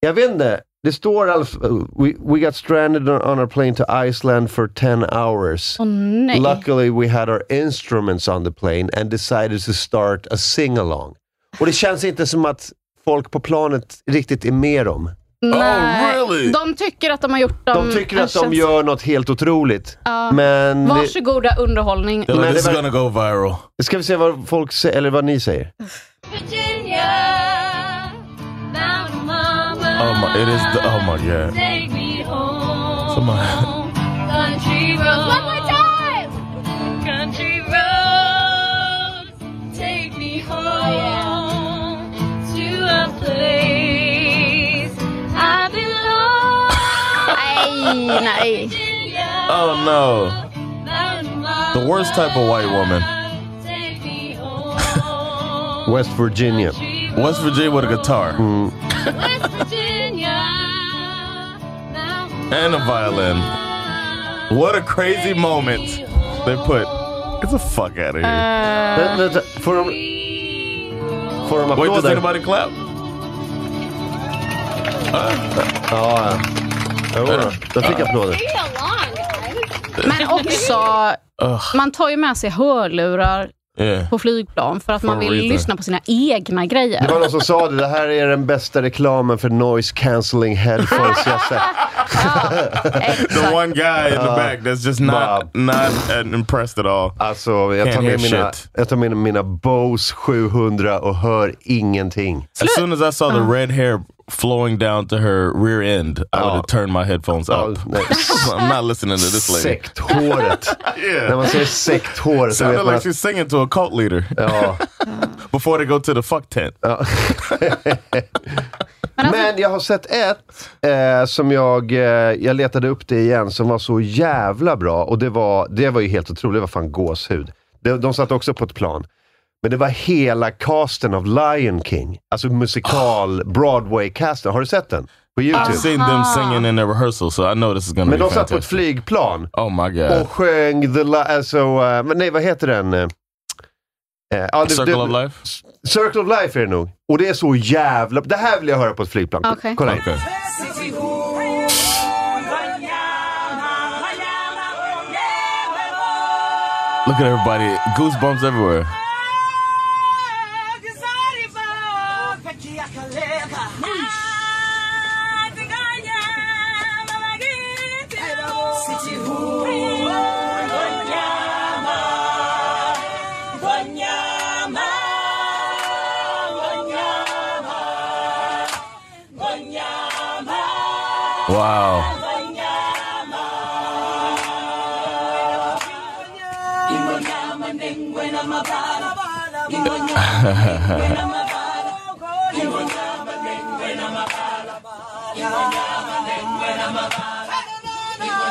Speaker 1: Jag vet inte. Det står alltså, we, “We got stranded on, on our plane to Iceland for 10 hours.
Speaker 2: Åh nej.
Speaker 1: Luckily we had our instruments on the plane and decided to start a sing-along. Och det känns inte som att folk på planet riktigt är med dem.
Speaker 2: Nej.
Speaker 1: Oh, really?
Speaker 2: De tycker att de har gjort dem
Speaker 1: De tycker
Speaker 2: en
Speaker 1: att de
Speaker 2: tjänst.
Speaker 1: gör något helt otroligt.
Speaker 2: Mm, Ja.
Speaker 1: Men...
Speaker 2: Varsågoda underhållning.
Speaker 1: Men det var-
Speaker 4: go viral.
Speaker 1: Ska vi se vad folk säger, eller vad ni säger?
Speaker 6: Virginia, Mountain Mama,
Speaker 4: Oh my, it is the, oh my god.
Speaker 6: take me home.
Speaker 4: Somebody,
Speaker 6: Country road. One more time. Country road, take me home to a place I belong.
Speaker 2: Nej, nej.
Speaker 4: oh no. The worst type of white woman.
Speaker 1: West Virginia. Mm-hmm.
Speaker 4: West Virginia with a guitar. and a violin. What a crazy moment they put. Get the fuck out of here.
Speaker 1: Vänta, vänta, får de... Får de
Speaker 4: Wait, does
Speaker 1: applåder?
Speaker 4: anybody clap? Oh,
Speaker 1: Ja,
Speaker 4: uh,
Speaker 1: ja. Jo, då. Jag fick applåder.
Speaker 2: Men också, man tar ju med sig hörlurar
Speaker 4: Yeah.
Speaker 2: på flygplan för att
Speaker 1: For
Speaker 2: man vill
Speaker 1: reason.
Speaker 2: lyssna på sina egna grejer.
Speaker 1: Det var någon som sa det, det här är den bästa reklamen för noise cancelling headphones jag sett.
Speaker 4: The one guy in the back that's just not not uh, impressed at all.
Speaker 1: Alltså, jag tar,
Speaker 4: Can't hear
Speaker 1: med mina,
Speaker 4: shit.
Speaker 1: jag tar med mina Bose 700 och hör ingenting.
Speaker 4: As soon as I saw the red hair flowing down to her rear end, I would have turned my headphones up. I'm not listening to this lady.
Speaker 1: Sekthåret.
Speaker 4: Yeah.
Speaker 1: När man säger sekthåret så
Speaker 4: Sounded
Speaker 1: vet man
Speaker 4: like
Speaker 1: att...
Speaker 4: she's singing to a cult leader.
Speaker 1: Oh.
Speaker 4: Before they go to the fuck tent.
Speaker 1: Men jag har sett ett eh, som jag, eh, jag letade upp det igen, som var så jävla bra. Och det var, det var ju helt otroligt. Det var fan gåshud. De, de satt också på ett plan. Men det var hela casten av Lion King. Alltså musikal Broadway-casten. Har du sett den? På YouTube?
Speaker 4: I've seen them singing in their rehearsal, so I know this is gonna
Speaker 1: Men
Speaker 4: be
Speaker 1: de satt på ett
Speaker 4: fantastic.
Speaker 1: flygplan
Speaker 4: Oh my
Speaker 1: och
Speaker 4: god.
Speaker 1: sjöng the... Li- alltså, eh, men nej, vad heter den? Eh, eh, ja, det-
Speaker 4: Circle
Speaker 1: det-
Speaker 4: of Life?
Speaker 1: Circle of Life är det nog. Och det är så jävla... Det här vill jag höra på ett flygplan.
Speaker 6: Okej.
Speaker 1: Kolla in.
Speaker 4: Look at everybody. Goosebumps everywhere. Wow.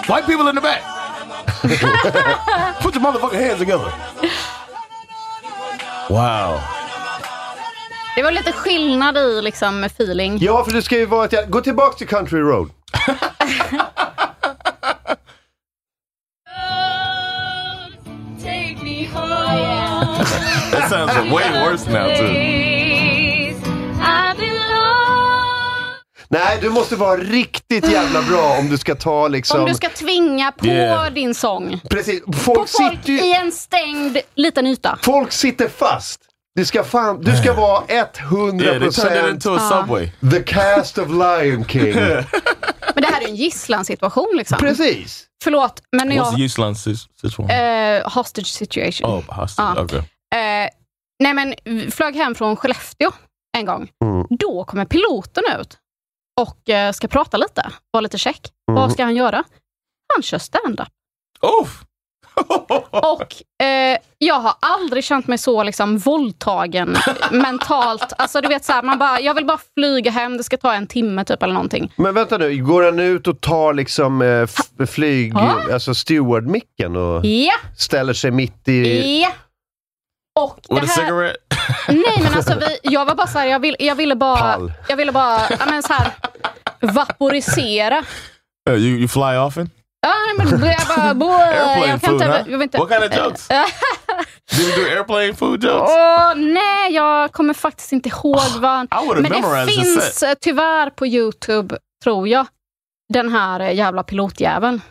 Speaker 4: White people in the back. Put your motherfucking hands together. Wow.
Speaker 2: Det var lite skillnad i liksom, feeling.
Speaker 1: Ja, för det ska ju vara ett... jä- Gå tillbaka till Country Road.
Speaker 6: Take me home.
Speaker 4: That sounds way worse now too.
Speaker 6: Please, I belong.
Speaker 1: Nej, du måste vara riktigt jävla bra om du ska ta liksom...
Speaker 2: Om du ska tvinga på
Speaker 1: Yeah.
Speaker 2: din sång.
Speaker 1: Precis.
Speaker 2: På
Speaker 1: Folk,
Speaker 2: folk
Speaker 1: sitter ju...
Speaker 2: i en stängd liten yta.
Speaker 1: Folk sitter fast. Du ska, fan, du
Speaker 4: Eh.
Speaker 1: ska vara 100%
Speaker 4: Yeah, they turned it into a
Speaker 2: Ah.
Speaker 4: subway.
Speaker 1: the cast of Lion King.
Speaker 2: Men det här är en gisslansituation. Liksom.
Speaker 1: Precis.
Speaker 2: Förlåt, men
Speaker 4: What's
Speaker 2: jag...
Speaker 4: the Yuslan sis- situation?
Speaker 2: Eh, hostage situation.
Speaker 4: Oh, hostage.
Speaker 2: Ja.
Speaker 4: Okay.
Speaker 2: Eh, nej men, vi flög hem från Skellefteå en gång. Då kommer piloten ut och eh, ska prata lite, vara lite check. Vad ska han göra? Han kör stand-up.
Speaker 4: Oof.
Speaker 2: och eh, jag har aldrig känt mig så liksom våldtagen mentalt. Alltså du vet så här, man bara, jag vill bara flyga hem, det ska ta en timme typ eller någonting.
Speaker 1: Men vänta nu, går han ut och tar liksom eh, f- flyg...
Speaker 2: Ja.
Speaker 1: Alltså steward-micken och
Speaker 2: Ja,
Speaker 1: ställer sig mitt
Speaker 4: Eh,
Speaker 1: i...
Speaker 2: ja. Och det
Speaker 1: With a
Speaker 2: här,
Speaker 4: cigarette?
Speaker 2: Nej men alltså vi, jag var bara så här, jag, vill, jag ville bara,
Speaker 4: Pall.
Speaker 2: jag ville bara ja, men, så här, vaporisera.
Speaker 4: Uh, you, you fly often?
Speaker 2: Ja, nej, men jag bara, bo,
Speaker 4: Airplane
Speaker 2: jag kan
Speaker 4: food,
Speaker 2: inte,
Speaker 4: huh?
Speaker 2: jag vet inte. Eh,
Speaker 4: What kind of jokes? Do you do airplane food jokes?
Speaker 2: Åh nej, jag kommer faktiskt inte
Speaker 4: Ah,
Speaker 2: ihåg vad...
Speaker 4: I would've
Speaker 2: Men det
Speaker 4: memorized the
Speaker 2: finns
Speaker 4: set.
Speaker 2: eh, tyvärr på YouTube, tror jag, den här eh, jävla pilotjäveln.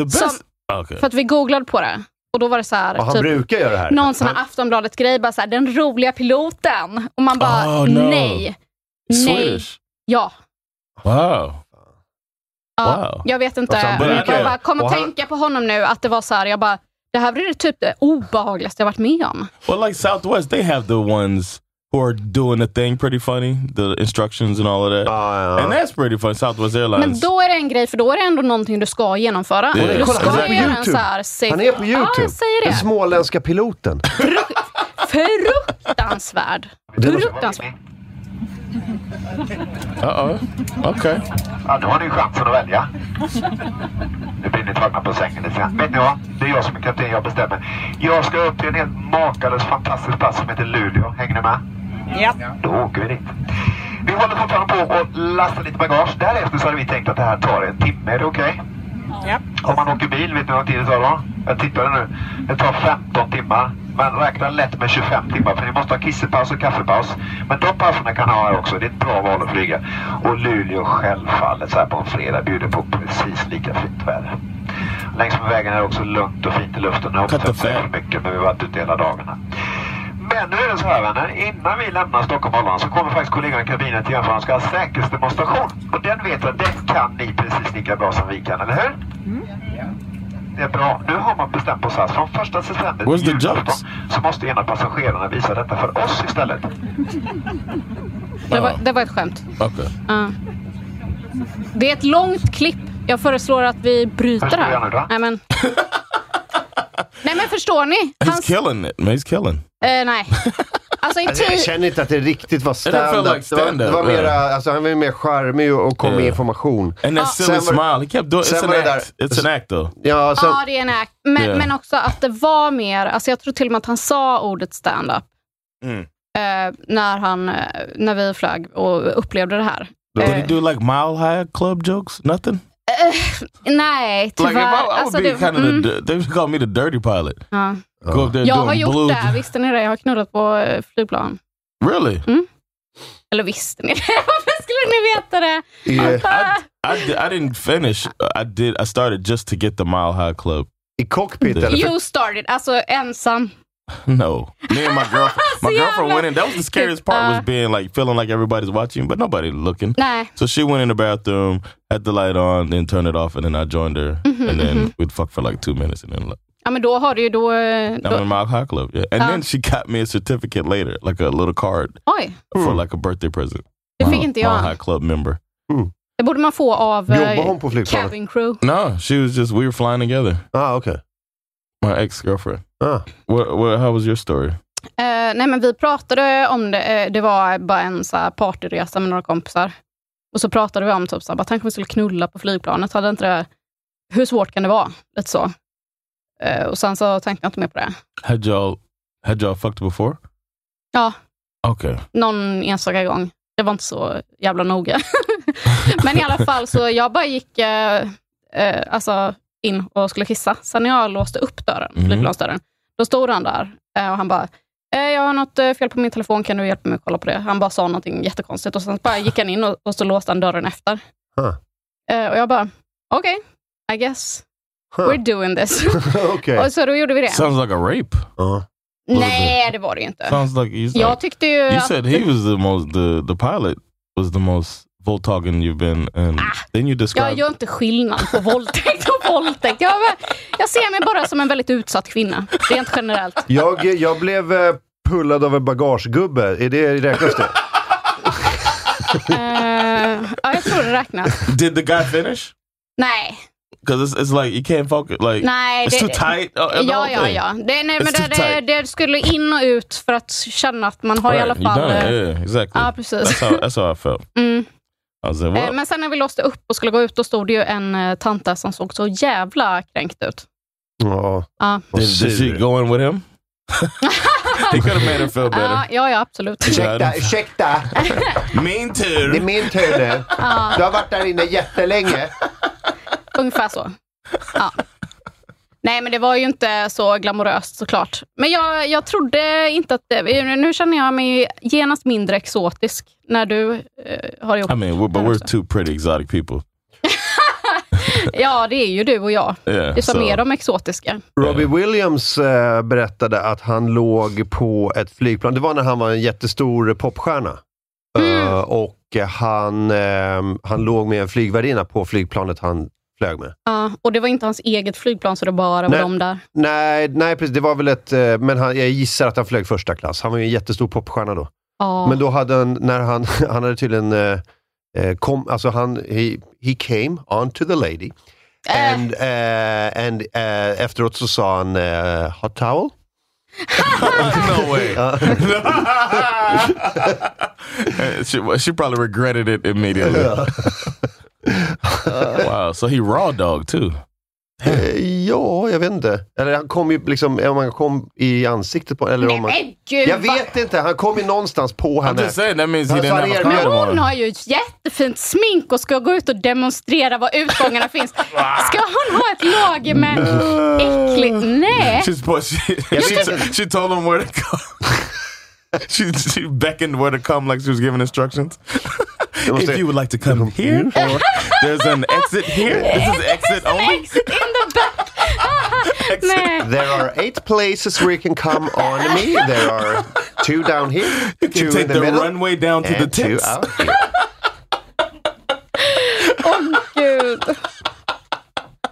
Speaker 4: The best. okay.
Speaker 2: För att vi googlade på det. Och då var det så här, typ
Speaker 1: Och han brukar göra det här.
Speaker 2: någon sån här
Speaker 1: Han-
Speaker 2: Aftonbladet-grej, bara så här, den roliga piloten. Och man bara,
Speaker 1: Oh, no.
Speaker 2: nej. Nej.
Speaker 4: Swedish.
Speaker 2: Ja.
Speaker 4: Wow.
Speaker 2: Ja, Jag vet inte.
Speaker 4: Alltså, han
Speaker 2: Men
Speaker 4: brukar-
Speaker 2: jag bara kom och,
Speaker 4: och han-
Speaker 2: tänka på honom nu, att det var så här, jag bara, det här blir det typ det obehagligaste jag varit med om.
Speaker 4: Well, like Southwest, they have the ones who are doing the thing pretty funny, the instructions and all of that. And that's pretty funny. Southwest Airlines.
Speaker 2: Men då är det en grej, för då är det ändå någonting du ska genomföra.
Speaker 4: Det är det.
Speaker 2: Du
Speaker 4: Kolla,
Speaker 2: ska
Speaker 4: han är på
Speaker 2: göra en
Speaker 1: YouTube.
Speaker 2: så här safe-
Speaker 1: Han är på
Speaker 2: Ja, jag
Speaker 1: YouTube.
Speaker 2: säger
Speaker 1: Den
Speaker 2: det. Typ-
Speaker 1: småländska piloten.
Speaker 2: Fruktansvärd.
Speaker 1: Det var-
Speaker 2: Fruktansvärd.
Speaker 4: Uh-oh. Okej.
Speaker 7: Ja, då har ni chansen att välja. Nu blir ni tagna på sängen lite grann. Vet ni vad? Det är jag som är kapten, jag bestämmer. Jag ska upp till en helt makalös fantastisk plats som heter Luleå. Hänger ni med? Ja. Då åker vi dit. Vi håller fortfarande på att lasta lite bagage. Därefter så hade vi tänkt att det här tar en timme. Är det okej? Om man åker bil, vet ni vad tid det tar då? Jag tittade nu. Det tar 15 timmar. Men räkna lätt med 25 timmar för ni måste ha kissepaus och kaffepaus. Men de pauserna kan ni ha här också. Det är ett bra val att flyga. Och Luleå självfallet så här på en fredag bjuder på precis lika fint väder. Längs med vägen är det också lugnt och fint i luften. Nu har vi inte sett för mycket men vi har varit ute hela dagarna. Men nu är det så här vänner. Innan vi lämnar Stockholm Arlanda så kommer faktiskt kollegan i kabinen till er för han ska ha säkerhetsdemonstration. Och den vet jag, den kan ni precis lika bra som vi kan, eller hur? Det är bra. Nu har man bestämt på SAS. Från första september
Speaker 4: Where's the
Speaker 7: julafton
Speaker 4: jobs?
Speaker 7: så måste ena passagerarna visa detta för oss istället.
Speaker 2: Det var, det var ett skämt.
Speaker 4: Okay.
Speaker 2: Ja. Det är ett långt klipp. Jag föreslår att vi bryter
Speaker 4: Förstår jag nu
Speaker 2: här.
Speaker 4: då?
Speaker 2: Nej men. nej men förstår ni?
Speaker 4: He's killing it, man. He's killing.
Speaker 2: Eh, nej. Alltså i
Speaker 1: Alltså, jag
Speaker 2: tio...
Speaker 1: känner inte att det riktigt var
Speaker 4: felt like
Speaker 1: stand-up. Det var, det
Speaker 4: stand-up,
Speaker 1: var mera,
Speaker 4: yeah.
Speaker 1: alltså, han var ju mer charmig och och kom med
Speaker 4: Yeah.
Speaker 1: information.
Speaker 4: And that silly smile. He kept doing it's an act. It's an act though.
Speaker 1: Ja, alltså- sen,
Speaker 2: Ja, det är en act. Men,
Speaker 4: Yeah.
Speaker 2: men också att det var mer, alltså jag tror till och med att han sa ordet stand-up
Speaker 4: Mm.
Speaker 2: eh, när, han, eh, när vi flög och upplevde det här.
Speaker 4: Did
Speaker 2: Eh,
Speaker 4: he do like mile high club jokes? Nothing?
Speaker 2: nej, tyvärr.
Speaker 4: Like if I, I would
Speaker 2: Alltså,
Speaker 4: be
Speaker 2: det-
Speaker 4: kind of
Speaker 2: mm.
Speaker 4: the, they would call me the dirty pilot.
Speaker 2: Ja.
Speaker 4: Go up there
Speaker 2: Jag har
Speaker 4: doing
Speaker 2: gjort
Speaker 4: blue.
Speaker 2: det, här, visste ni det? Jag har knullat på eh, flygplan.
Speaker 4: Really?
Speaker 2: Eller visste ni det? Varför skulle ni veta det?
Speaker 4: Yeah.
Speaker 2: Ah,
Speaker 4: I, di- I didn't finish. I did. I started just to get the mile high club.
Speaker 1: I cockpit?
Speaker 2: you started, alltså ensam.
Speaker 4: No. Me and my girlfriend. my girlfriend went in. That was the scariest part
Speaker 2: Uh.
Speaker 4: was being like feeling like everybody's watching, but nobody looking.
Speaker 2: Nah.
Speaker 4: So she went in the bathroom, had the light on, then turned it off, and then I joined her,
Speaker 2: Mhm,
Speaker 4: and then
Speaker 2: mhm.
Speaker 4: we'd fuck for like two minutes, and then like,
Speaker 2: Ja, men då har du ju då... eh,
Speaker 4: I'm in
Speaker 2: då
Speaker 4: my high club. Yeah. And then she got me a certificate later, like a little card
Speaker 2: oj,
Speaker 4: for like a birthday present.
Speaker 2: det fick inte
Speaker 4: Mile
Speaker 2: jag.
Speaker 4: high club member.
Speaker 2: Det borde man få av eh,
Speaker 4: Jobbar hon på flygplanet?
Speaker 2: cabin crew.
Speaker 4: No, she was just we were flying together.
Speaker 1: Ah, okay.
Speaker 4: My ex girlfriend. What, what? How was your story?
Speaker 2: Eh, nej, men vi pratade om det. eh, det var bara en så här, partyresa med några kompisar. Och så pratade vi om typ, så här, bara, tänk om vi skulle knulla på flygplanet. Hade inte det, hur svårt kan det vara? Lite så. Eh, och sen så tänkte jag inte mer på det.
Speaker 4: Had y'all had y'all fucked before?
Speaker 2: Ja,
Speaker 4: Okay.
Speaker 2: någon enstaka gång. Det var inte så jävla noga. Men i alla fall, så jag bara gick eh, eh, alltså in och skulle kissa. Sen när jag låste upp dörren,
Speaker 6: Mm.
Speaker 2: flygplansdörren, då stod han där eh, och han bara, eh, jag har något eh, fel på min telefon, kan du hjälpa mig att kolla på det? Han bara sa någonting jättekonstigt och sen bara gick han in och, och så låste han dörren efter.
Speaker 1: Huh.
Speaker 2: Eh, och jag bara, okej, I guess we're doing this.
Speaker 4: Okay.
Speaker 2: Och så då gjorde vi det.
Speaker 4: Sounds like a rape.
Speaker 1: Uh,
Speaker 2: Nej, det var det ju inte.
Speaker 4: Sounds like you.
Speaker 2: Jag tyckte ju
Speaker 4: you
Speaker 2: att-
Speaker 4: said he was the most. The the pilot was the most Voltagen you've been, and then you
Speaker 2: Jag
Speaker 4: described.
Speaker 2: gör inte skillnad på våldtäkt och våldtäkt. Jag, jag ser mig bara som en väldigt utsatt kvinna, rent generellt.
Speaker 1: jag, jag blev eh, pullad av en bagagegubbe. Är det, räknas det?
Speaker 2: Eh, ja, jag tror det räknas.
Speaker 4: Did the guy finish?
Speaker 2: Nej.
Speaker 4: Because it's, it's like you can't focus. Like
Speaker 2: Nej,
Speaker 4: it's
Speaker 2: det,
Speaker 4: too tight. uh, the
Speaker 2: ja,
Speaker 4: whole
Speaker 2: ja,
Speaker 4: thing.
Speaker 2: ja. Det, nej,
Speaker 4: It's
Speaker 2: men det,
Speaker 4: too
Speaker 2: det,
Speaker 4: tight.
Speaker 2: det skulle in och ut för att känna att man har i alla
Speaker 4: Right, you
Speaker 2: fall...
Speaker 4: done it.
Speaker 2: eh,
Speaker 4: Yeah, exactly.
Speaker 2: Ja, precis.
Speaker 4: That's how, that's how I felt.
Speaker 2: Mm.
Speaker 4: I was like,
Speaker 2: Eh,
Speaker 4: well,
Speaker 2: Men sen när vi låste upp och skulle gå ut, då stod det ju en eh, tant där som såg så jävla kränkt ut.
Speaker 1: Ja.
Speaker 2: Ja.
Speaker 4: did, did she go in with him? he could have made her feel better.
Speaker 2: Ja, ja, ja, absolut.
Speaker 1: Ursäkta, ursäkta.
Speaker 4: Min tur.
Speaker 1: Det är min tur nu.
Speaker 2: Ja.
Speaker 1: Du har varit där inne jättelänge.
Speaker 2: Ungefär så. Ja. Nej, men det var ju inte så glamoröst såklart. Men jag, jag trodde inte att... Det, nu känner jag mig genast mindre exotisk när du eh, har gjort...
Speaker 4: I mean, we're, but we're two pretty exotic people.
Speaker 2: Ja, det är ju du och jag.
Speaker 4: Yeah,
Speaker 2: det är
Speaker 1: Alltså-
Speaker 2: som
Speaker 4: så-
Speaker 2: är de exotiska.
Speaker 1: Robbie Williams eh, berättade att han låg på ett flygplan. Det var när han var en jättestor popstjärna. Eh, och och han, ehm, han låg med en flygvärdinna på flygplanet han flög med.
Speaker 2: Ja, och det var inte hans eget flygplan, så det bara var
Speaker 1: Nej.
Speaker 2: de där.
Speaker 1: Nej, nej precis. Det var väl ett... eh, Men han, jag gissar att han flög första klass. Han var ju en jättestor popstjärna då.
Speaker 2: Ja.
Speaker 1: Men då hade han, när han, han hade tydligen, eh, eh, kom, alltså han, he, he came on to the lady.
Speaker 2: Äh.
Speaker 1: And, eh, and eh, efteråt så sa han eh, hot towel.
Speaker 4: no way.
Speaker 1: Ja.
Speaker 4: she, she probably regretted it immediately. wow, so he raw dog too.
Speaker 1: Eh, ja, jag vet inte. Eller han kom ju liksom, om han kom i ansiktet på eller om han,
Speaker 2: men gud,
Speaker 1: Jag
Speaker 2: vad-
Speaker 1: vet inte, han kom ju någonstans på henne.
Speaker 4: just saying, that means he
Speaker 1: Han- så
Speaker 4: didn't
Speaker 1: han
Speaker 4: have a
Speaker 1: erbjöd-
Speaker 4: condom
Speaker 2: Hon har ju ett jättefint smink och ska gå ut och demonstrera var utgångarna finns. Ska hon ha ett lager med äcklig... Nej!
Speaker 4: She's, but she, she, she told him where to come. she, she beckoned where to come like she was giving instructions. if you would like to come here, or there's an exit here. This is exit only.
Speaker 2: Exit in the back! Nej.
Speaker 1: There are eight places where you can come on me. There are two down here, you
Speaker 4: can
Speaker 1: two
Speaker 4: take
Speaker 1: in the,
Speaker 4: the
Speaker 1: middle,
Speaker 4: runway down to the
Speaker 1: and two
Speaker 4: tips.
Speaker 1: out.
Speaker 2: Åh gud.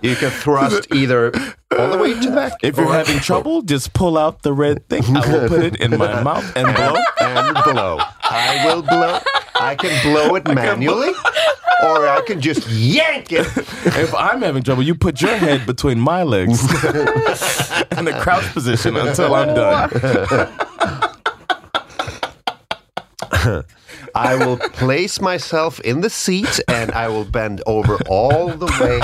Speaker 1: You can thrust either all the way to the back.
Speaker 4: If you're
Speaker 1: or-
Speaker 4: having trouble, just pull out the red thing. I will put it in my mouth and blow.
Speaker 1: and blow. I will blow. I can blow it manually, or I can just yank it.
Speaker 4: If I'm having trouble, you put your head between my legs in the crouch position until I'm done.
Speaker 1: I will place myself in the seat and I will bend over all the way.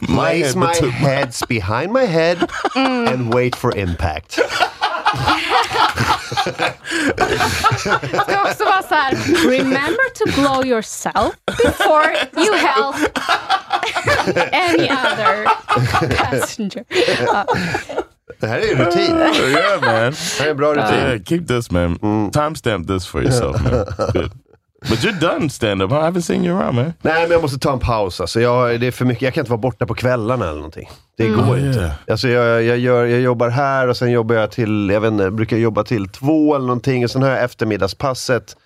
Speaker 4: My
Speaker 1: Place
Speaker 4: head
Speaker 1: my
Speaker 4: between my-
Speaker 1: heads behind my head and wait for impact.
Speaker 2: Ska också vara så här. Remember to blow yourself before you help any other passenger. Ja.
Speaker 1: Det här är ju rutin.
Speaker 4: yeah, man.
Speaker 1: Det här är en bra rutin.
Speaker 4: Yeah, keep this, man. Timestamp this for yourself, man. Good. But you're done stand up. Huh? I haven't seen you around, man.
Speaker 1: Nej, men jag måste ta en paus. Alltså, jag, det är för mycket. jag kan inte vara borta på kvällarna eller någonting. Det går
Speaker 4: Oh,
Speaker 1: inte.
Speaker 4: yeah.
Speaker 1: Alltså, jag, jag, gör, jag jobbar här och sen jobbar jag till, jag vet inte, brukar jobba till två eller någonting. Och sen har jag eftermiddagspasset.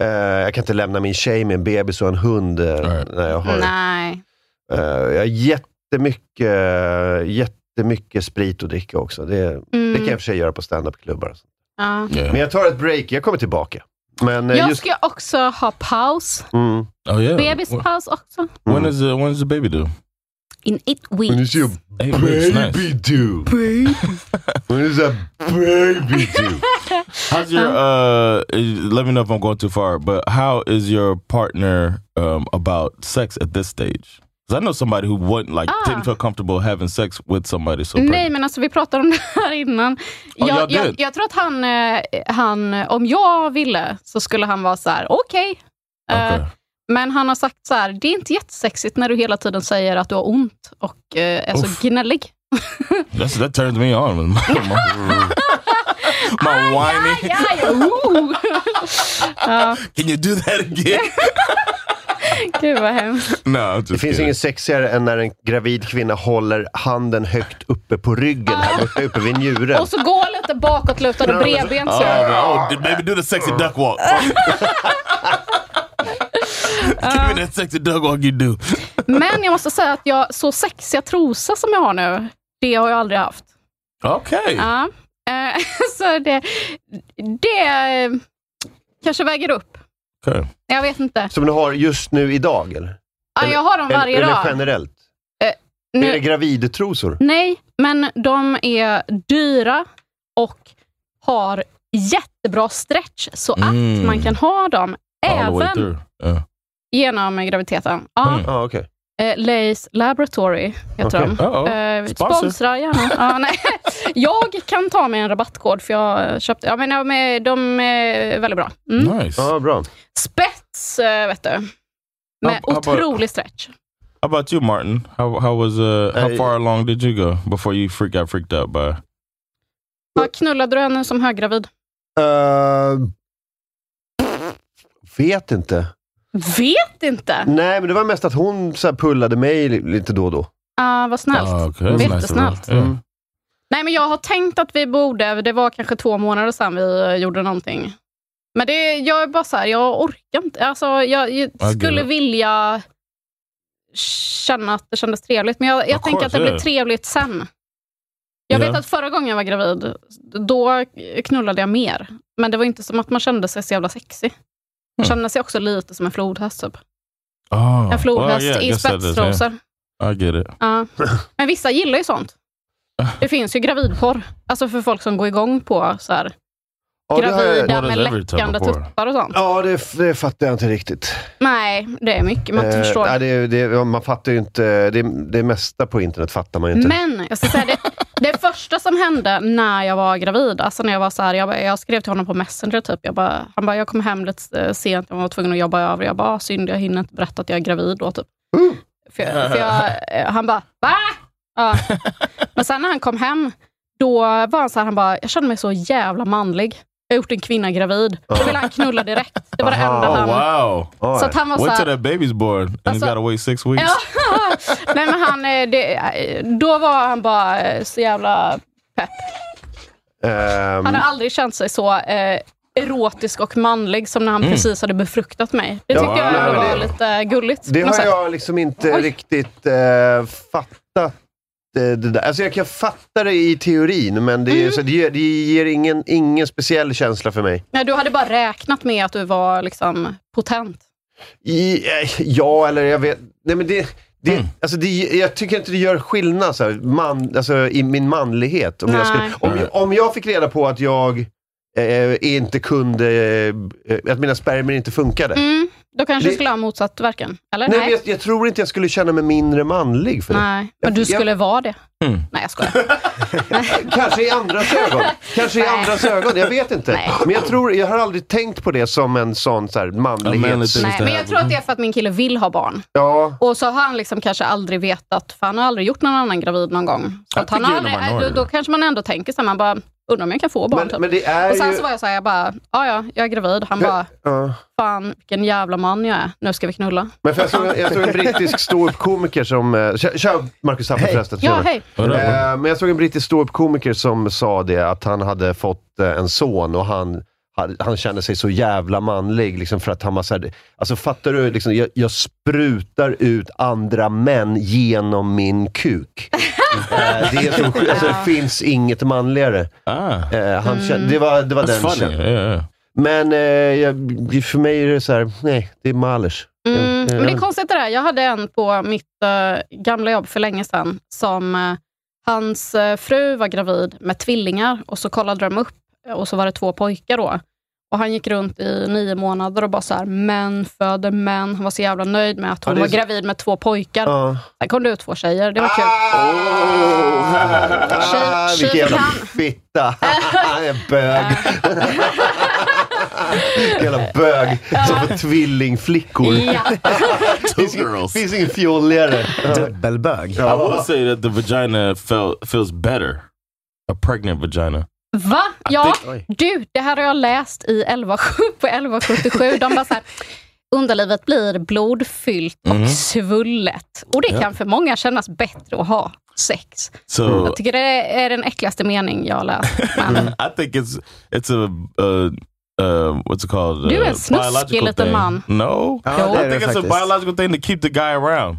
Speaker 1: Eh, jag kan inte lämna min tjej med en bebis och en hund. eh, när jag, har,
Speaker 2: Nej.
Speaker 1: Eh, jag har jättemycket, eh, jättemycket sprit att dricka också. Det, det kan jag i och för sig göra på standupklubbar.
Speaker 2: Mm, Ja.
Speaker 1: Men jag tar ett break, jag kommer tillbaka. Men eh,
Speaker 2: Jag
Speaker 1: just...
Speaker 2: ska också ha paus.
Speaker 1: Mm.
Speaker 4: Oh, yeah.
Speaker 2: Bebispaus också.
Speaker 4: When is the, when is the baby due?
Speaker 2: In eight weeks.
Speaker 4: Eight weeks, nice.
Speaker 1: do? When is that baby do?
Speaker 4: How's your? Uh, uh, let me know if I'm going too far. But how is your partner um, about sex at this stage? Because I know somebody who wouldn't like didn't feel comfortable having sex with somebody so.
Speaker 2: Nej, men alltså vi pratade om det här innan.
Speaker 4: Ja,
Speaker 2: jag,
Speaker 4: jag
Speaker 2: jag,
Speaker 4: did.
Speaker 2: jag tror att han, eh, han, om jag ville så skulle han vara så här, okej. Eh, Men han har sagt så här, det är inte jättesexigt när du hela tiden säger att du har ont och eh, är
Speaker 4: Uff.
Speaker 2: så gnällig.
Speaker 4: That's, that turns me on with my, my, my whining.
Speaker 2: Ja, ja, oh. ja,
Speaker 4: Can you do that again?
Speaker 2: gud vad hemskt.
Speaker 4: no,
Speaker 1: Det
Speaker 4: I'm just
Speaker 1: finns
Speaker 4: kidding.
Speaker 1: inget sexigare än när en gravid kvinna håller handen högt uppe på ryggen, här borta uppe vid njuren.
Speaker 2: Och så gå lite bakåtlutad och bredbent.
Speaker 4: Oh,
Speaker 2: så.
Speaker 4: no. oh, baby, do the sexy duck walk. Give me that sexy duck walk you do.
Speaker 2: Men jag måste säga att jag, så sexiga trosor som jag har nu, det har jag aldrig haft.
Speaker 4: Okay.
Speaker 2: Ja. Eh, så det, det eh, kanske väger upp.
Speaker 4: okay.
Speaker 2: Jag vet inte.
Speaker 1: Som du har just nu idag, eller?
Speaker 2: Ja, jag har dem
Speaker 1: Eller-
Speaker 2: varje
Speaker 1: eller,
Speaker 2: dag.
Speaker 1: generellt?
Speaker 2: Eh, nu-
Speaker 1: Är det gravidtrosor?
Speaker 2: Nej, men de är dyra och har jättebra stretch så att
Speaker 4: Mm.
Speaker 2: man kan ha dem
Speaker 4: All the way
Speaker 2: även
Speaker 4: through. Uh, Yeah.
Speaker 2: genom graviditeten. Ja,
Speaker 4: Mm.
Speaker 1: Ja, ah, okej.
Speaker 2: eh, Lace Laboratory heter
Speaker 1: Okej.
Speaker 2: de.
Speaker 4: Uh-oh.
Speaker 2: Eh,
Speaker 4: Sponsor.
Speaker 2: sponsra gärna. Ja, nej. Jag kan ta mig en rabattkod för jag eh, köpte... Ja, men de är, de är väldigt bra. Mm.
Speaker 4: Nice.
Speaker 1: Ja, ah, bra.
Speaker 2: spets, eh, vet du. Med
Speaker 4: Ab- abba-
Speaker 2: otrolig stretch.
Speaker 4: How about you, Martin? How how was uh how
Speaker 1: Uh,
Speaker 4: far along did you go before you freak got freaked out by?
Speaker 2: Ja, knullade du henne som höggravid? Eh.
Speaker 1: vet inte.
Speaker 2: Vet inte.
Speaker 1: Nej, men det var mest att hon så här, pullade mig li- lite då och då.
Speaker 2: Ah, vad snällt.
Speaker 4: Ah, okay. That's
Speaker 2: Jättesnällt.
Speaker 4: nice of her. Yeah.
Speaker 1: Mm.
Speaker 2: Nej, men jag har tänkt att vi borde, det var kanske två månader sedan vi eh, gjorde någonting. Men det, jag är bara så här, jag orkar inte. Alltså, jag, jag
Speaker 4: Ja, gud.
Speaker 2: skulle vilja känna att det kändes trevligt, men jag, jag
Speaker 4: Of
Speaker 2: tänker att
Speaker 4: course,
Speaker 2: det blir
Speaker 4: yeah.
Speaker 2: trevligt sen. Jag
Speaker 4: Ja.
Speaker 2: vet att förra gången jag var gravid, då knullade jag mer. Men det var inte som att man kände sig så jävla sexig.
Speaker 4: Mm.
Speaker 2: Man kände sig också lite som en flodhäst. Typ.
Speaker 4: Oh.
Speaker 2: En flodhäst i
Speaker 4: guess that is, yeah.
Speaker 2: spetsrosor.
Speaker 4: I get it.
Speaker 2: Ja. Men vissa gillar ju sånt. Det finns ju gravidporr. Alltså för folk som går igång på så här,
Speaker 1: Ja, det har jag-
Speaker 2: gravida
Speaker 1: What
Speaker 2: med
Speaker 1: is every type
Speaker 2: läckande
Speaker 1: of porn?
Speaker 2: tuttar och sånt.
Speaker 1: Ja, det, det fattar jag inte riktigt.
Speaker 2: Nej, det är mycket man inte
Speaker 1: Eh,
Speaker 2: förstår.
Speaker 1: nej, det, det, ja, man fattar ju inte. Det, det mesta på internet fattar man ju inte.
Speaker 2: Men jag ska säga det, det första som hände när jag var gravid, alltså när jag var så här, jag, bara- jag skrev till honom på Messenger, typ. jag bara, han bara, jag kom hem lite eh, sent, jag var tvungen att jobba över. Jag bara, "Ah, synd, jag hinner inte berätta att jag är gravid då. Typ. För jag, för jag, eh, han bara, va? Ja. Men sen när han kom hem, då var han så här, han bara, jag kände mig så jävla manlig. Jag har gjort en kvinna gravid. Då ville han knulla direkt. Det var det enda
Speaker 4: oh,
Speaker 2: han...
Speaker 4: wow.
Speaker 2: Så att han var
Speaker 4: Wait
Speaker 2: så
Speaker 4: till
Speaker 2: här-
Speaker 4: that baby's born and
Speaker 2: Alltså-
Speaker 4: you gotta wait six weeks.
Speaker 2: Ja. Nej, men han, eh, det, eh, då var han bara eh, så jävla pepp.
Speaker 1: Ehm,
Speaker 2: Han har aldrig känt sig så eh, erotisk och manlig som när han
Speaker 1: Mm.
Speaker 2: precis hade befruktat mig. Det
Speaker 1: Ja,
Speaker 2: tyckte
Speaker 1: nej,
Speaker 2: jag
Speaker 1: men
Speaker 2: var
Speaker 1: det-
Speaker 2: lite gulligt.
Speaker 1: Det
Speaker 2: på något
Speaker 1: har
Speaker 2: sätt.
Speaker 1: jag liksom inte
Speaker 2: Oj.
Speaker 1: riktigt eh, fattat. eh, Det där. Alltså jag kan fatta det i teorin, men det, är-
Speaker 2: Mm.
Speaker 1: så det, ger- det ger ingen, ingen speciell känsla för mig.
Speaker 2: Nej, du hade bara räknat med att du var liksom potent.
Speaker 1: I, eh, ja, eller jag vet... Nej, men det, det, alltså det, jag tycker inte det gör skillnad så här, man, alltså, i min manlighet. Om jag,
Speaker 2: Nej.
Speaker 1: skulle, om, jag- om jag fick reda på att jag eh, inte kunde... Eh, att mina spermier inte funkade.
Speaker 2: Mm, då kanske
Speaker 1: Det-
Speaker 2: du skulle ha motsatt verkan. Eller?
Speaker 1: Nej, men jag, jag tror inte jag skulle känna mig mindre manlig för det.
Speaker 2: Nej, men du
Speaker 1: Jag- Mm.
Speaker 2: skulle vara det. Nej, jag skojar.
Speaker 1: Kanske i andras ögon. Kanske i
Speaker 2: Nej.
Speaker 1: andras ögon, jag vet inte. Men jag tror, jag har aldrig tänkt på det som en sån så här manlighets...
Speaker 2: Nej, men jag tror att det är för att min kille vill ha barn.
Speaker 1: Ja.
Speaker 2: Och så har han liksom kanske aldrig vetat, för han har aldrig gjort någon annan gravid någon gång. Så
Speaker 1: Jag
Speaker 2: att han
Speaker 1: tycker
Speaker 2: har
Speaker 1: det är
Speaker 2: aldrig,
Speaker 1: när man har
Speaker 2: då,
Speaker 1: det.
Speaker 2: då kanske man ändå tänker så här, man bara, undrar om jag kan få barn.
Speaker 1: Men-
Speaker 2: typ.
Speaker 1: men det är
Speaker 2: och sen
Speaker 1: ju-
Speaker 2: så var jag så här, jag bara, ja ja, jag är gravid. Han bara,
Speaker 1: Ja.
Speaker 2: fan vilken jävla man jag är, nu ska vi knulla.
Speaker 1: Men för jag, såg, jag såg en brittisk ståuppkomiker som... eh, Tja, tja Marcus Tapper förresten.
Speaker 2: Ja,
Speaker 1: Tjena.
Speaker 2: hej. Vadå?
Speaker 1: Eh, Men jag såg en brittisk ståuppkomiker som sa det, att han hade fått eh, en son och han, han- han kände sig så jävla manlig. Liksom för att han var så här, alltså fattar du? Liksom, jag, jag sprutar ut andra män genom min kuk. Eh, det, är så, alltså, det finns inget manligare. Eh, han kände, det var, det var
Speaker 4: That's
Speaker 1: den
Speaker 4: funny.
Speaker 1: känslan.
Speaker 4: Ah. Yeah, yeah.
Speaker 1: Men eh, jag, för mig är det så här, nej, det är Malers.
Speaker 2: Mm,
Speaker 1: Jag-
Speaker 2: men det är
Speaker 1: jag-
Speaker 2: konstigt det där. Jag hade en på mitt eh, gamla jobb för länge sedan som eh, hans eh, fru var gravid med tvillingar och så kollade de upp eh, och så var det två pojkar då. Och han gick runt i nio månader och bara så här, män föder män. Han var så jävla nöjd med att
Speaker 1: Ja,
Speaker 2: hon
Speaker 1: det är
Speaker 2: var
Speaker 1: så-
Speaker 2: gravid med två pojkar.
Speaker 1: Ja.
Speaker 2: Sen kom det ut två tjejer. Det var kul.
Speaker 1: Ah,
Speaker 2: Tjej-
Speaker 1: vilken jävla
Speaker 2: tjejplan.
Speaker 1: fitta. Han är bög. Vilken jävla bög som får tvillingflickor. Two girls. Finns ingen fjolligare.
Speaker 8: Dubbelbög.
Speaker 4: I will say that the vagina felt, feels better. A pregnant vagina.
Speaker 2: Va? Ja,
Speaker 4: think-
Speaker 2: du, det här har jag läst i 11, på 1177. De bara så här, underlivet blir blodfyllt och
Speaker 4: Mhm.
Speaker 2: svullet. Och det
Speaker 4: Ja.
Speaker 2: kan för många kännas bättre att ha sex.
Speaker 4: Så-
Speaker 2: Jag tycker det är den äckligaste mening jag har läst.
Speaker 4: I think it's it's a uh, uh, what's it called?
Speaker 2: Du är
Speaker 4: Uh,
Speaker 2: en snuskig
Speaker 4: biological
Speaker 2: liten
Speaker 4: thing.
Speaker 2: man.
Speaker 4: No,
Speaker 2: Ja, det är
Speaker 4: I
Speaker 2: du
Speaker 4: think it's a
Speaker 2: faktiskt.
Speaker 4: biological thing to keep the guy around.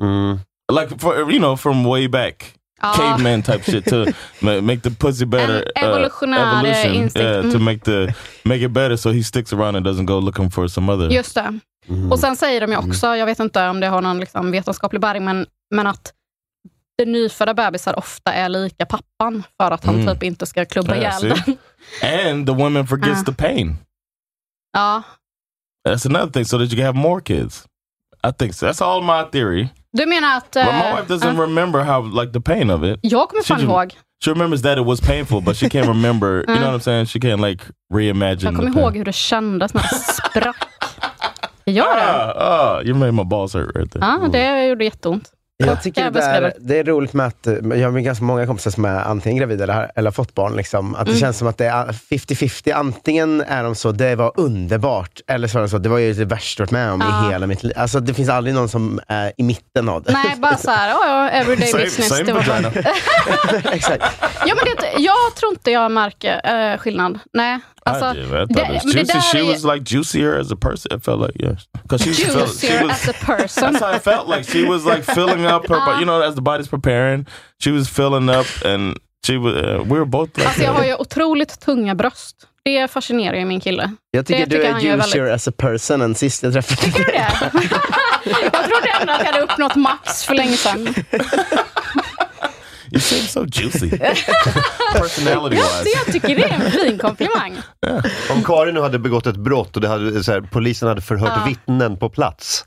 Speaker 2: Mm.
Speaker 4: Like for you know from way back.
Speaker 2: Ah.
Speaker 4: Caveman type shit to ma- make the pussy better. uh,
Speaker 2: En evolutionär instinkt.
Speaker 4: yeah, to
Speaker 2: Mm.
Speaker 4: make the make it better so he sticks around and doesn't go looking for some other.
Speaker 2: Just det. Och sen säger de ju också, jag vet inte om det har någon liksom vetenskaplig bäring, men, men att det nyfödda bebisar ofta är lika pappan för att han
Speaker 4: Mm.
Speaker 2: typ inte ska klubba
Speaker 4: Yeah,
Speaker 2: ihjäl
Speaker 4: see?
Speaker 2: den.
Speaker 4: And the woman forgets
Speaker 2: Ah.
Speaker 4: the pain.
Speaker 2: Ja.
Speaker 4: That's another thing. So that you can have more kids. I think so. That's all my theory.
Speaker 2: Du menar att...
Speaker 4: But
Speaker 2: eh,
Speaker 4: my wife doesn't
Speaker 2: ja.
Speaker 4: remember how like the pain of it.
Speaker 2: Jag kommer fan
Speaker 4: ju-
Speaker 2: ihåg.
Speaker 4: She remembers that it was painful, but she can't remember. you
Speaker 2: Uh.
Speaker 4: know what I'm saying? She can't like reimagine.
Speaker 2: Jag kommer
Speaker 4: the pain.
Speaker 2: ihåg hur det kändes när jag sprack. Jag gör det.
Speaker 4: Ah, ah, you made my balls hurt right there.
Speaker 2: Ja, det gjorde jätteont.
Speaker 8: Jag tycker det,
Speaker 2: Jag
Speaker 8: där,
Speaker 2: beskriver.
Speaker 8: det är roligt med att eh, jag har ganska många kompisar som är antingen gravida eller, har- eller har fått barn. Liksom. Att det
Speaker 9: Mm.
Speaker 8: känns som att det är 50-50. Antingen är de så, det var underbart, eller så är de så, det var ju det värsta jag varit med om
Speaker 2: Ja.
Speaker 8: i hela mitt liv. Alltså, det finns aldrig någon som är i mitten av det.
Speaker 2: Nej, bara så här, oh, ja, everyday
Speaker 8: Same-
Speaker 2: business.
Speaker 8: same
Speaker 2: det var
Speaker 8: vagina.
Speaker 2: skönt. ja, men det, jag tror inte jag märker eh, skillnad. Nej. Alltså,
Speaker 4: I did, but I thought it was
Speaker 2: men
Speaker 4: juicy. She
Speaker 2: är-
Speaker 4: was like juicier as a person. It felt like yeah, because she, felt- she
Speaker 2: juicier
Speaker 4: was Alltså,
Speaker 2: as a person.
Speaker 4: That's how it felt like. she was like filling up her, bo- you know, as the body's preparing, she was filling up, and she was. Uh, we were both like,
Speaker 2: Alltså jag har ju otroligt tunga bröst. Det fascinerar ju min kille.
Speaker 8: Jag tycker
Speaker 2: det
Speaker 8: du är
Speaker 2: han gör
Speaker 8: juicier
Speaker 2: väldigt-
Speaker 8: as a person än sist jag träffade dig.
Speaker 2: Jag trodde ändå att jag hade uppnått max för länge sedan.
Speaker 4: you seem so juicy, personality
Speaker 2: Så
Speaker 4: wise.
Speaker 2: jag tycker det är en fin komplimang.
Speaker 1: Om Karin nu hade begått ett brott och det hade, så här, polisen hade förhört
Speaker 2: Ja.
Speaker 1: vittnen på plats.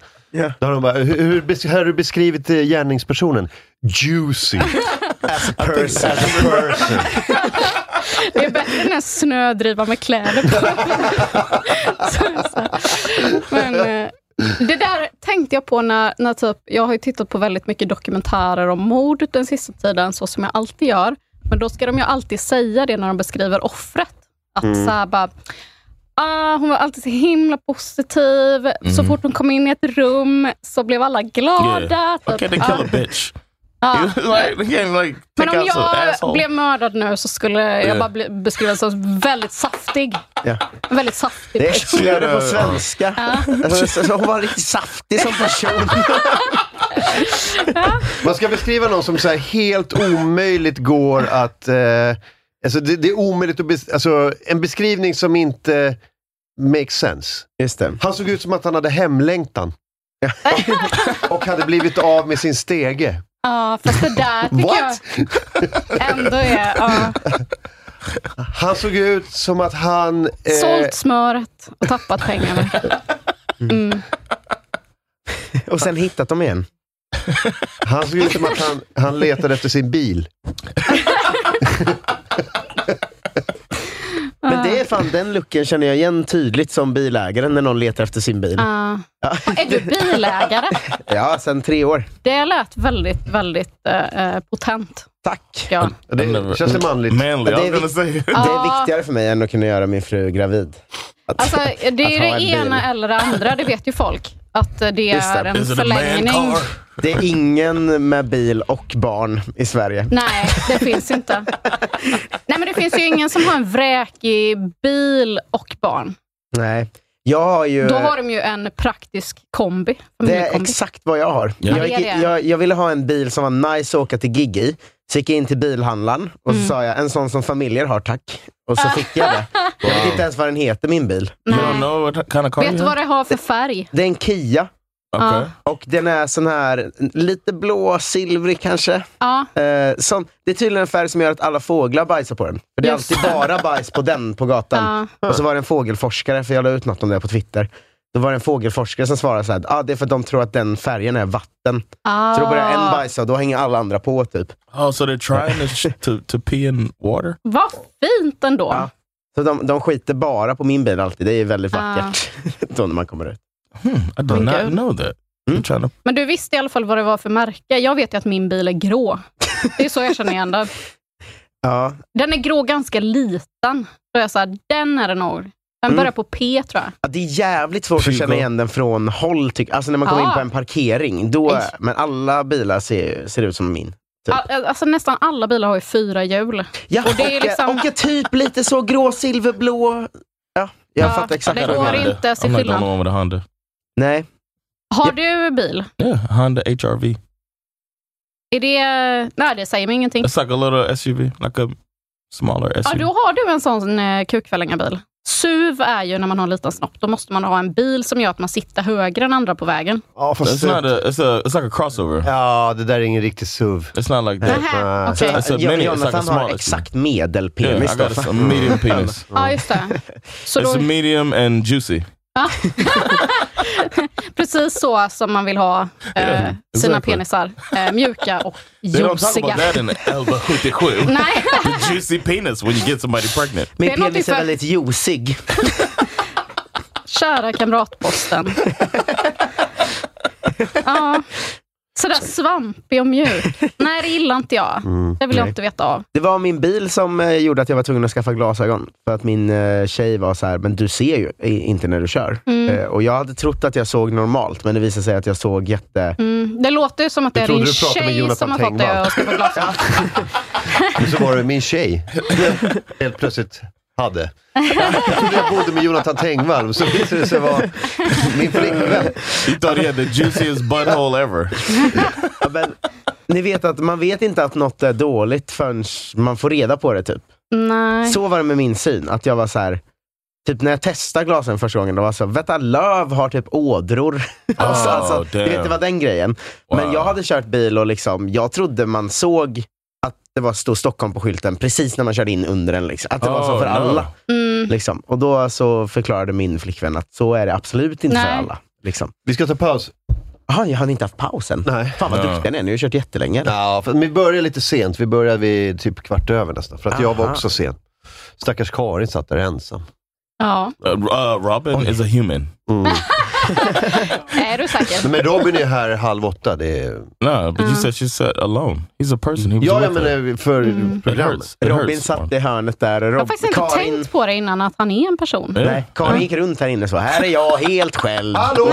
Speaker 1: Då har de bara, hur, hur, bes- har du beskrivit eh, gärningspersonen? Juicy. As a person. As a person.
Speaker 2: Det är bättre än en snödriva med kläder på. Så- så. Men, eh, det där tänkte jag på när, när typ, jag har ju tittat på väldigt mycket dokumentärer om mord den sista tiden, så som jag alltid gör. Men då ska de ju alltid säga det när de beskriver offret. Att
Speaker 6: Mm.
Speaker 2: så här bara, ah, hon var alltid så himla positiv. Så
Speaker 4: Mm.
Speaker 2: fort hon kom in i ett rum så blev alla glada.
Speaker 4: Yeah.
Speaker 2: typ. "Ah,
Speaker 4: Okay, they
Speaker 2: Ja.
Speaker 4: kill a bitch.
Speaker 2: Ja.
Speaker 4: like they can't like
Speaker 2: Uh, Men
Speaker 4: take
Speaker 2: om
Speaker 4: out some
Speaker 2: jag
Speaker 4: asshole.
Speaker 2: blev mördad nu så skulle
Speaker 4: Ja.
Speaker 2: jag bara bli beskrivas som väldigt saftig. En väldigt saftig
Speaker 8: Det är
Speaker 2: person.
Speaker 8: äckligare på svenska. Alltså, så- så hon var riktigt saftig som person.
Speaker 1: Man ska beskriva någon som så här helt omöjligt går att... Eh, alltså det, det är omöjligt att... Bes- alltså en beskrivning som inte makes sense.
Speaker 8: Just det.
Speaker 1: Han såg ut som att han hade hemlängtan. och hade blivit av med sin stege.
Speaker 2: Ja, fast det där tycker
Speaker 1: What?
Speaker 2: jag ändå är... ja.
Speaker 1: Han såg ut som att han... eh,
Speaker 2: Sålt smöret och tappat pengarna. Mm.
Speaker 8: Och sen hittat dem igen.
Speaker 1: Han såg ut som att han, han letade efter sin bil.
Speaker 8: Men det är fan den luckan känner jag igen tydligt som bilägare när någon letar efter sin bil.
Speaker 2: Ja. Är du bilägare?
Speaker 8: Ja, sen tre år.
Speaker 2: Det lät väldigt, väldigt eh, eh, potent.
Speaker 8: Tack.
Speaker 2: Ja.
Speaker 1: Det känns det manligt?
Speaker 4: Manly,
Speaker 8: det,
Speaker 4: I
Speaker 8: är
Speaker 4: was gonna
Speaker 8: vik-
Speaker 4: say.
Speaker 8: det är viktigare för mig än att kunna göra min fru gravid. Att-
Speaker 2: Alltså, det är
Speaker 8: Att ha en
Speaker 2: det ena
Speaker 8: bil.
Speaker 2: eller det andra, det vet ju folk. Att eh, det
Speaker 8: Just
Speaker 2: är en förlängning.
Speaker 8: Det är ingen med bil och barn i Sverige.
Speaker 2: Nej, det finns inte. Nej, men det finns ju ingen som har en vräkig bil och barn.
Speaker 8: Nej. Jag har ju...
Speaker 2: Då har de ju en praktisk kombi.
Speaker 8: Det är
Speaker 2: familjekombi.
Speaker 8: exakt vad jag har. Jag,
Speaker 2: Ja. Ja, det är
Speaker 8: gick,
Speaker 2: det.
Speaker 8: jag, jag ville ha en bil som var nice att åka till gig i. Så gick jag in till bilhandlaren och så
Speaker 2: Mm. Ah.
Speaker 8: sa jag, en sån som familjer har tack. Och så fick jag det. Jag vet inte ens vad den heter, min bil.
Speaker 2: You don't
Speaker 4: know what kind of
Speaker 2: Vet du vad det har för färg?
Speaker 8: Det är en Kia.
Speaker 2: Okej.
Speaker 8: Och den är sån här, lite blå, silvrig kanske.
Speaker 2: Ja.
Speaker 8: Eh, som, det är tydligen en färg som gör att alla fåglar bajsar på den. För det är
Speaker 2: Just.
Speaker 8: alltid bara bajs på den på gatan. Och så var det en fågelforskare, för jag la ut något om det på Twitter. Då var det en fågelforskare som svarade så här, ah, det är för att de tror att den färgen är vatten. Så då börjar en
Speaker 2: Ah.
Speaker 8: bajsa och då hänger alla andra på typ.
Speaker 4: Oh, so they're trying to, sh- to to pee in water.
Speaker 2: Vad fint ändå.
Speaker 8: Så de, de skiter bara på min bil alltid. Det är väldigt
Speaker 2: Ah.
Speaker 8: vackert. då när man kommer ut.
Speaker 4: Hmm, I do
Speaker 2: Min
Speaker 4: not
Speaker 2: gud.
Speaker 4: know that. I'm trying to.
Speaker 2: Men du visste i alla fall vad det var för märke. Jag vet ju att min bil är grå. Det är så jag känner igen den.
Speaker 8: Ja.
Speaker 2: Den är grå ganska liten. Då är jag så här, den är det nog. Den
Speaker 8: Mm.
Speaker 2: börjar på P tror jag.
Speaker 8: Ja, det är jävligt svårt att känna igen den från håll. Tyck. Alltså när man kommer
Speaker 2: Ja.
Speaker 8: in på en parkering. Då,
Speaker 2: Ah. Ej.
Speaker 8: men alla bilar ser, ser ut som min. Typ.
Speaker 2: All, alltså nästan alla bilar har ju fyra hjul.
Speaker 8: Ja,
Speaker 2: och det är liksom...
Speaker 8: och typ lite så grå, silverblå. Ja, jag
Speaker 2: Ja,
Speaker 8: fattar exakt.
Speaker 2: Ah. det
Speaker 8: vad du
Speaker 2: går
Speaker 8: menar.
Speaker 2: inte att se skillnad.
Speaker 4: one with a Honda.
Speaker 8: Nej.
Speaker 2: Har du bil?
Speaker 4: Yeah, Honda HRV.
Speaker 2: Är det... Nej, det säger mig ingenting.
Speaker 4: It's like a little SUV, like a smaller
Speaker 2: Ja,
Speaker 4: SUV.
Speaker 2: då har du en sån eh, kukfällingabil. SUV är ju när man har en liten snopp. Då måste man ha en bil som gör att man sitter högre än andra på vägen.
Speaker 1: Ja,
Speaker 4: It's not a. It's a. It's like a crossover.
Speaker 1: Ja, det där är ingen riktig SUV. Eh,
Speaker 4: It's not like that.
Speaker 2: Nähä,
Speaker 4: It's a-
Speaker 2: Ah, okej.
Speaker 4: It's a mini. It's like a
Speaker 8: Alltså, Jonathan har
Speaker 4: small.
Speaker 1: liksom.
Speaker 8: exakt medelpenis.
Speaker 4: Yeah, I got a
Speaker 8: då.
Speaker 4: s- a medium penis.
Speaker 2: Ja, just det. Så
Speaker 4: It's
Speaker 2: då,
Speaker 4: a medium and juicy.
Speaker 2: precis så som man vill ha eh, sina
Speaker 4: exactly.
Speaker 2: penisar. Eh, mjuka och
Speaker 4: They don't talk about
Speaker 2: juiciga.
Speaker 4: that in Elva 77.
Speaker 2: Nej.
Speaker 4: The juicy penis when you get somebody pregnant.
Speaker 2: Min Det är penis någonting är för- väldigt
Speaker 8: juicig.
Speaker 2: Kära kamratposten. ja. Sådär svampig och mjuk. Nej, det gillar inte jag.
Speaker 8: Mm,
Speaker 2: Det vill jag
Speaker 8: nej.
Speaker 2: inte veta av.
Speaker 8: Det var min bil som eh, gjorde att jag var tvungen att skaffa glasögon. För att min eh, tjej var så här, men du ser ju i- inte när du kör.
Speaker 2: Mm.
Speaker 8: Eh, och jag hade trott att jag såg normalt, men det visade sig att jag såg jätte...
Speaker 2: Mm. Det låter ju som att det
Speaker 8: Jag
Speaker 2: är
Speaker 8: trodde
Speaker 2: din
Speaker 8: du pratade med
Speaker 2: tjej
Speaker 8: Jonathan
Speaker 2: som har fått dig
Speaker 8: Tengvall.
Speaker 2: att skaffa glasögon.
Speaker 1: Och så var det min tjej. Helt plötsligt hade. Jag trodde jag bodde med Jonathan Tengvall, så visade det sig vara min flickvän.
Speaker 4: You thought he had the juiciest butthole ever.
Speaker 8: Ja, men, ni vet att man vet inte att något är dåligt förrän man får reda på det. typ.
Speaker 2: Nej.
Speaker 8: Så var det med min syn. Att jag var så här, typ när jag testade glasen första gången, då var jag så här, Vetta löv har typ ådror.
Speaker 1: Ah,
Speaker 8: alltså, alltså, du vet,
Speaker 4: damn.
Speaker 8: det var den grejen. Men jag hade kört bil och liksom, jag trodde man såg att det var stod Stockholm på skylten precis när man körde in under den. Liksom. Att det var så
Speaker 4: Oh,
Speaker 8: för
Speaker 4: no.
Speaker 8: alla.
Speaker 2: Mm.
Speaker 8: Liksom. Och då så förklarade min flickvän att så är det absolut inte för
Speaker 2: Nej.
Speaker 8: alla. Liksom.
Speaker 1: Vi ska ta paus.
Speaker 8: Jaha, jag har inte haft pausen? Nej. Fan vad
Speaker 1: Ja.
Speaker 8: duktiga ni är, ni har kört jättelänge.
Speaker 1: Ja, för vi började lite sent. Vi började vid typ kvart över nästan. För att jag var
Speaker 8: Aha.
Speaker 1: också sen. Stackars Karin satt där ensam.
Speaker 2: Ja.
Speaker 4: Uh, Robin is a human.
Speaker 2: Är du säker?
Speaker 1: Men Robin är här halv åtta. Det är...
Speaker 4: No, but you said she said alone. He's a person. He was
Speaker 1: Ja, jag
Speaker 4: with her.
Speaker 1: menar för
Speaker 4: It
Speaker 1: programmet.
Speaker 4: hurts. It
Speaker 8: eh, Robin
Speaker 4: hurts, man.
Speaker 8: satt i hörnet där. och
Speaker 2: Jag har
Speaker 8: Rob-
Speaker 2: faktiskt inte tänkt på det innan, att han är en person.
Speaker 8: Nej, Karin gick runt här inne så. Här är jag helt själv.
Speaker 1: Hallå!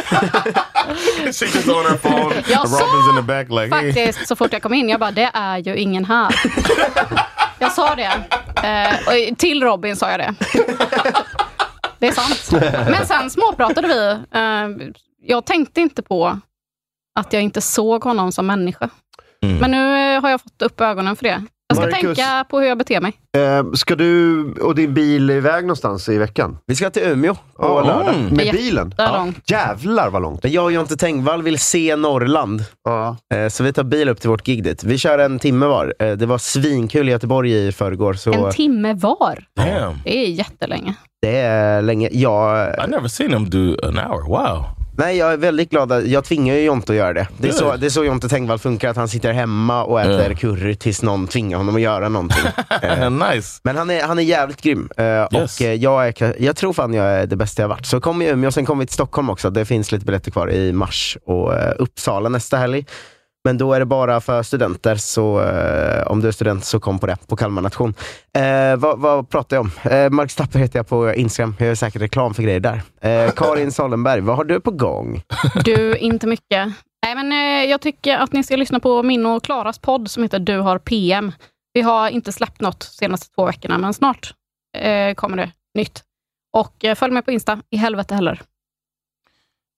Speaker 4: She just on her phone.
Speaker 2: Jag
Speaker 4: Robin's in the back like, hey.
Speaker 2: Faktiskt, så fort jag kom in, jag bara, det är ju ingen här. Jag sa det. Eh, och till Robin sa jag det. Det är sant. Men sen småpratade vi. Eh, jag tänkte inte på att jag inte såg honom som människa.
Speaker 8: Mm.
Speaker 2: Men nu eh, har jag fått upp ögonen för det. Jag ska
Speaker 1: Marcus.
Speaker 2: tänka på hur jag beter mig.
Speaker 1: Eh, ska du och din bil iväg någonstans i veckan?
Speaker 8: Vi ska till Umeå på
Speaker 4: Oh,
Speaker 1: Ja, Mm.
Speaker 8: lördag.
Speaker 4: Mm,
Speaker 1: Med bilen?
Speaker 2: Jättelångt.
Speaker 1: Jävlar vad långt.
Speaker 8: Men jag och Jonte Tengvall vill se Norrland. Eh, Så vi tar bil upp till vårt gig dit. Vi kör en timme var. Eh, Det var svinkul i Göteborg i förrgår. Så
Speaker 2: En timme var.
Speaker 4: Damn.
Speaker 2: Det är jättelänge.
Speaker 8: det är länge. Jag,
Speaker 4: I never seen him do an hour. Wow.
Speaker 8: nej, jag är väldigt glad. Att, jag tvingar ju Jonte att göra det. Det är,
Speaker 4: Good.
Speaker 8: så, det är så Jonte Tengvall funkar. Att han sitter hemma och äter
Speaker 4: Ja.
Speaker 8: curry tills någon tvingar honom att göra någonting. Eh,
Speaker 4: nice.
Speaker 8: Men han är, han är jävligt grym. Eh,
Speaker 4: Yes.
Speaker 8: Och eh, jag, är, ka- jag tror fan jag är det bästa jag varit. Så kom i Umeå, sen kom vi till Stockholm också. Det finns lite biljetter kvar i mars. Och eh, Uppsala nästa helg. Men då är det bara för studenter, så eh, om du är student så kom på det, på Kalmar nation. Eh, vad, vad pratar jag om? Eh, Mark Stapper heter jag på Instagram. Jag gör säkert reklam för grejer där. Eh, Karin Solenberg, vad har du på gång?
Speaker 2: Du, inte mycket. Nej, men eh, jag tycker att ni ska lyssna på min och Klaras podd som heter Du har PM. Vi har inte släppt något de senaste två veckorna, men snart eh, kommer det nytt. Och eh, följ med på Insta, i helvete heller.